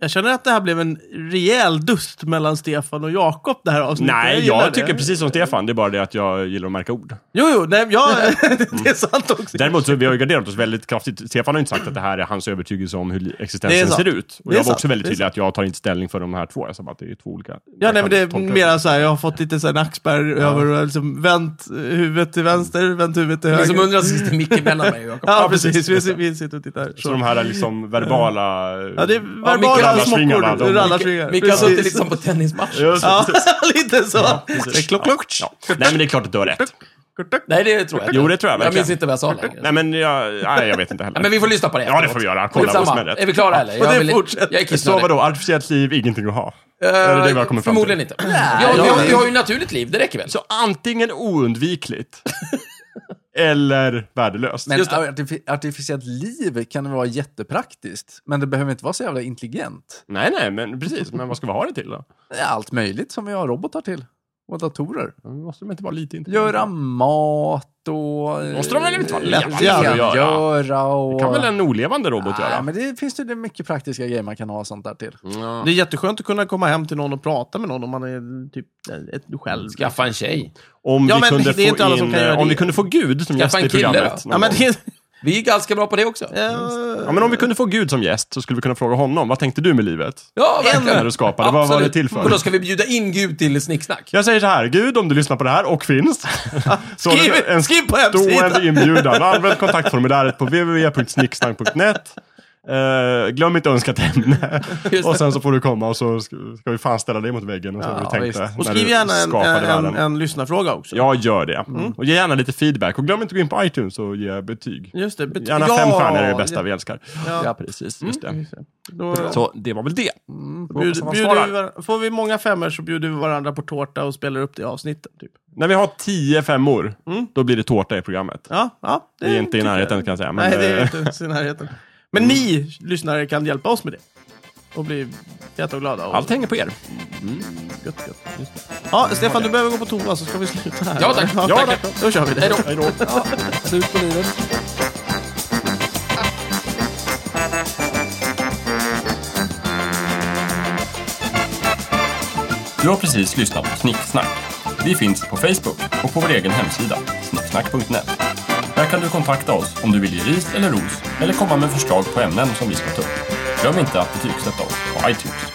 Speaker 1: Jag känner att det här blev en rejäl dust mellan Stefan och Jakob det här avsnittet.
Speaker 3: Nej,
Speaker 1: gillar
Speaker 3: jag
Speaker 1: det.
Speaker 3: tycker precis som Stefan, det är bara det att jag gillar att märka ord.
Speaker 1: Jo, jo, nej, jag, det är sant också.
Speaker 3: Däremot så har vi har ju garderat oss väldigt kraftigt. Stefan har inte sagt att det här är hans övertygelse om hur li-
Speaker 1: Det är
Speaker 3: existensen
Speaker 1: sant.
Speaker 3: ser ut. Och
Speaker 1: Det är
Speaker 3: jag var
Speaker 1: sant.
Speaker 3: också väldigt
Speaker 1: Det är
Speaker 3: tydlig att jag tar inte ställning för de här två. Jag sa bara att det är två olika.
Speaker 1: Ja,
Speaker 3: jag
Speaker 1: nej,
Speaker 3: kan
Speaker 1: men det
Speaker 3: tolka
Speaker 1: är mera så här, jag har fått lite så här nackspärr över och liksom vänt huvudet till vänster, vänt huvudet till
Speaker 2: Men
Speaker 1: höger.
Speaker 2: som undrar så sitter Micke mellan mig och Jakob.
Speaker 1: Ja,
Speaker 3: Ja, precis.
Speaker 1: precis. Vi, sit- vi sitter och tittar.
Speaker 3: Så de här liksom verbala...
Speaker 1: Ja, det är
Speaker 2: Micke
Speaker 1: verbala
Speaker 2: Rallarsvingarna,
Speaker 1: smockor,
Speaker 3: de-
Speaker 1: rallarsvingar.
Speaker 2: Micke har suttit
Speaker 1: Precis.
Speaker 2: liksom på tennismatch.
Speaker 3: Just det.
Speaker 1: Ja, lite så.
Speaker 3: Precis.
Speaker 1: Klock, klock.
Speaker 3: Ja. Ja. Nej, men det är klart att du har rätt.
Speaker 2: Nej, det tror jag inte.
Speaker 3: Jo, det tror jag
Speaker 2: Jag
Speaker 3: verkligen.
Speaker 2: minns inte vad jag sa längre.
Speaker 3: Nej, men jag, nej, jag vet inte heller.
Speaker 2: Ja, men vi får lyssna på det
Speaker 3: Ja, det
Speaker 2: efteråt.
Speaker 3: får vi göra. Kolla vad som är
Speaker 2: Skitsamma. Är
Speaker 3: rätt.
Speaker 2: vi klara eller?
Speaker 1: Och det
Speaker 2: vill-
Speaker 1: fortsätter.
Speaker 2: Jag är
Speaker 3: Så
Speaker 2: kissnödig.
Speaker 3: vadå, artificiellt liv, ingenting att ha? är det vi
Speaker 1: Eh,
Speaker 3: har kommit fram
Speaker 2: Förmodligen
Speaker 3: till?
Speaker 2: inte. Jag, jag, jag har ju naturligt liv, det räcker väl?
Speaker 3: Så antingen oundvikligt, eller värdelöst.
Speaker 4: Men artifi- artificiellt liv kan vara jättepraktiskt, men det behöver inte vara så jävla intelligent.
Speaker 3: Nej, nej, men precis. Men vad ska vi ha det till då?
Speaker 4: Det är Allt möjligt som vi har robotar till. Och datorer.
Speaker 3: Måste de inte vara lite intelligenta?
Speaker 4: Göra mat och... eh,
Speaker 3: Måste de väl inte vara
Speaker 1: Lätt
Speaker 3: levande
Speaker 1: jävla
Speaker 3: att göra?
Speaker 4: Göra och...
Speaker 3: Det kan väl en olevande robot
Speaker 4: Nej,
Speaker 3: göra? Mm,
Speaker 4: men det finns ju det är mycket praktiska grejer man kan ha sånt där till.
Speaker 1: Det är jätteskönt att kunna komma hem till någon och prata med någon om man är typ eh, ett, själv.
Speaker 2: Skaffa en tjej.
Speaker 3: Om,
Speaker 1: Ja,
Speaker 3: vi
Speaker 1: men
Speaker 3: kunde
Speaker 1: det är
Speaker 3: få
Speaker 1: inte alla som
Speaker 3: in, eh,
Speaker 1: kan göra
Speaker 3: om
Speaker 1: det.
Speaker 3: vi kunde få Gud som
Speaker 2: Skaffa
Speaker 3: gäst
Speaker 2: en
Speaker 3: i
Speaker 2: kille
Speaker 3: programmet.
Speaker 2: då.
Speaker 3: någon
Speaker 1: Ja, men
Speaker 3: gång.
Speaker 1: det,
Speaker 2: Vi är ganska bra på det också.
Speaker 1: Eh,
Speaker 3: Ja, men om vi kunde få Gud som gäst så skulle vi kunna fråga honom, vad tänkte du med livet?
Speaker 2: Ja, verkligen.
Speaker 3: När du skapade, vad var det
Speaker 2: Absolut.
Speaker 3: till för?
Speaker 2: Och då ska vi bjuda in Gud till snicksnack.
Speaker 3: Jag säger så här, Gud, om du lyssnar på det här och finns, så har du
Speaker 1: Skriv- skriv på hemsidan.
Speaker 3: stående inbjudan. Använd kontaktformuläret på www.snicksnack.net. Eh, glöm inte önskat ämne.
Speaker 2: Just
Speaker 3: och sen så får du komma och så ska ska vi fan ställa dig mot väggen och så
Speaker 4: Ja,
Speaker 3: hur du tänkte
Speaker 4: visst.
Speaker 1: Och
Speaker 3: när
Speaker 1: skriv
Speaker 3: du
Speaker 1: gärna en, eh,
Speaker 3: skapade
Speaker 1: en, en,
Speaker 3: världen.
Speaker 1: en lyssnarfråga också.
Speaker 3: Ja, gör det.
Speaker 1: Mm.
Speaker 3: Och ge gärna lite feedback. Och glöm inte att gå in på iTunes och ge betyg.
Speaker 1: Just det. bet-
Speaker 3: Gärna
Speaker 1: ja,
Speaker 3: fem stjärnor är det bästa vi älskar.
Speaker 1: Ja.
Speaker 3: precis. Just det.
Speaker 1: Just det. Då,
Speaker 3: Så det var väl det.
Speaker 1: bjud,
Speaker 3: hoppas han
Speaker 1: bjuder
Speaker 3: svarar.
Speaker 1: vi var, får vi många femmor så bjuder vi varandra på tårta och spelar upp det i avsnitten. Typ.
Speaker 3: När vi har tio femmor, då blir det tårta i programmet.
Speaker 1: Mm. Ja, ja, det
Speaker 3: Vi är inte i
Speaker 1: tycker jag.
Speaker 3: närheten kan jag säga. Men,
Speaker 1: Nej, det är
Speaker 3: eh,
Speaker 1: inte ens i närheten. Men ni lyssnare kan hjälpa oss med det. Och bli jätteglada. Och
Speaker 3: Allt hänger på er.
Speaker 1: gött, gött. Just det. Ja, Stefan, du behöver gå på toa så ska vi sluta här.
Speaker 2: Ja, tack.
Speaker 3: Ja,
Speaker 2: tack.
Speaker 1: Då kör vi det.
Speaker 2: Hej då.
Speaker 3: Hej då.
Speaker 4: Slut på livet.
Speaker 5: Du har precis lyssnat på Snicksnack. Vi finns på Facebook och på vår egen hemsida, snicksnack.net. Där kan du kontakta oss om du vill ge ris eller ros eller komma med förslag på ämnen som vi ska ta upp. Glöm inte att betygsätta oss på iTunes.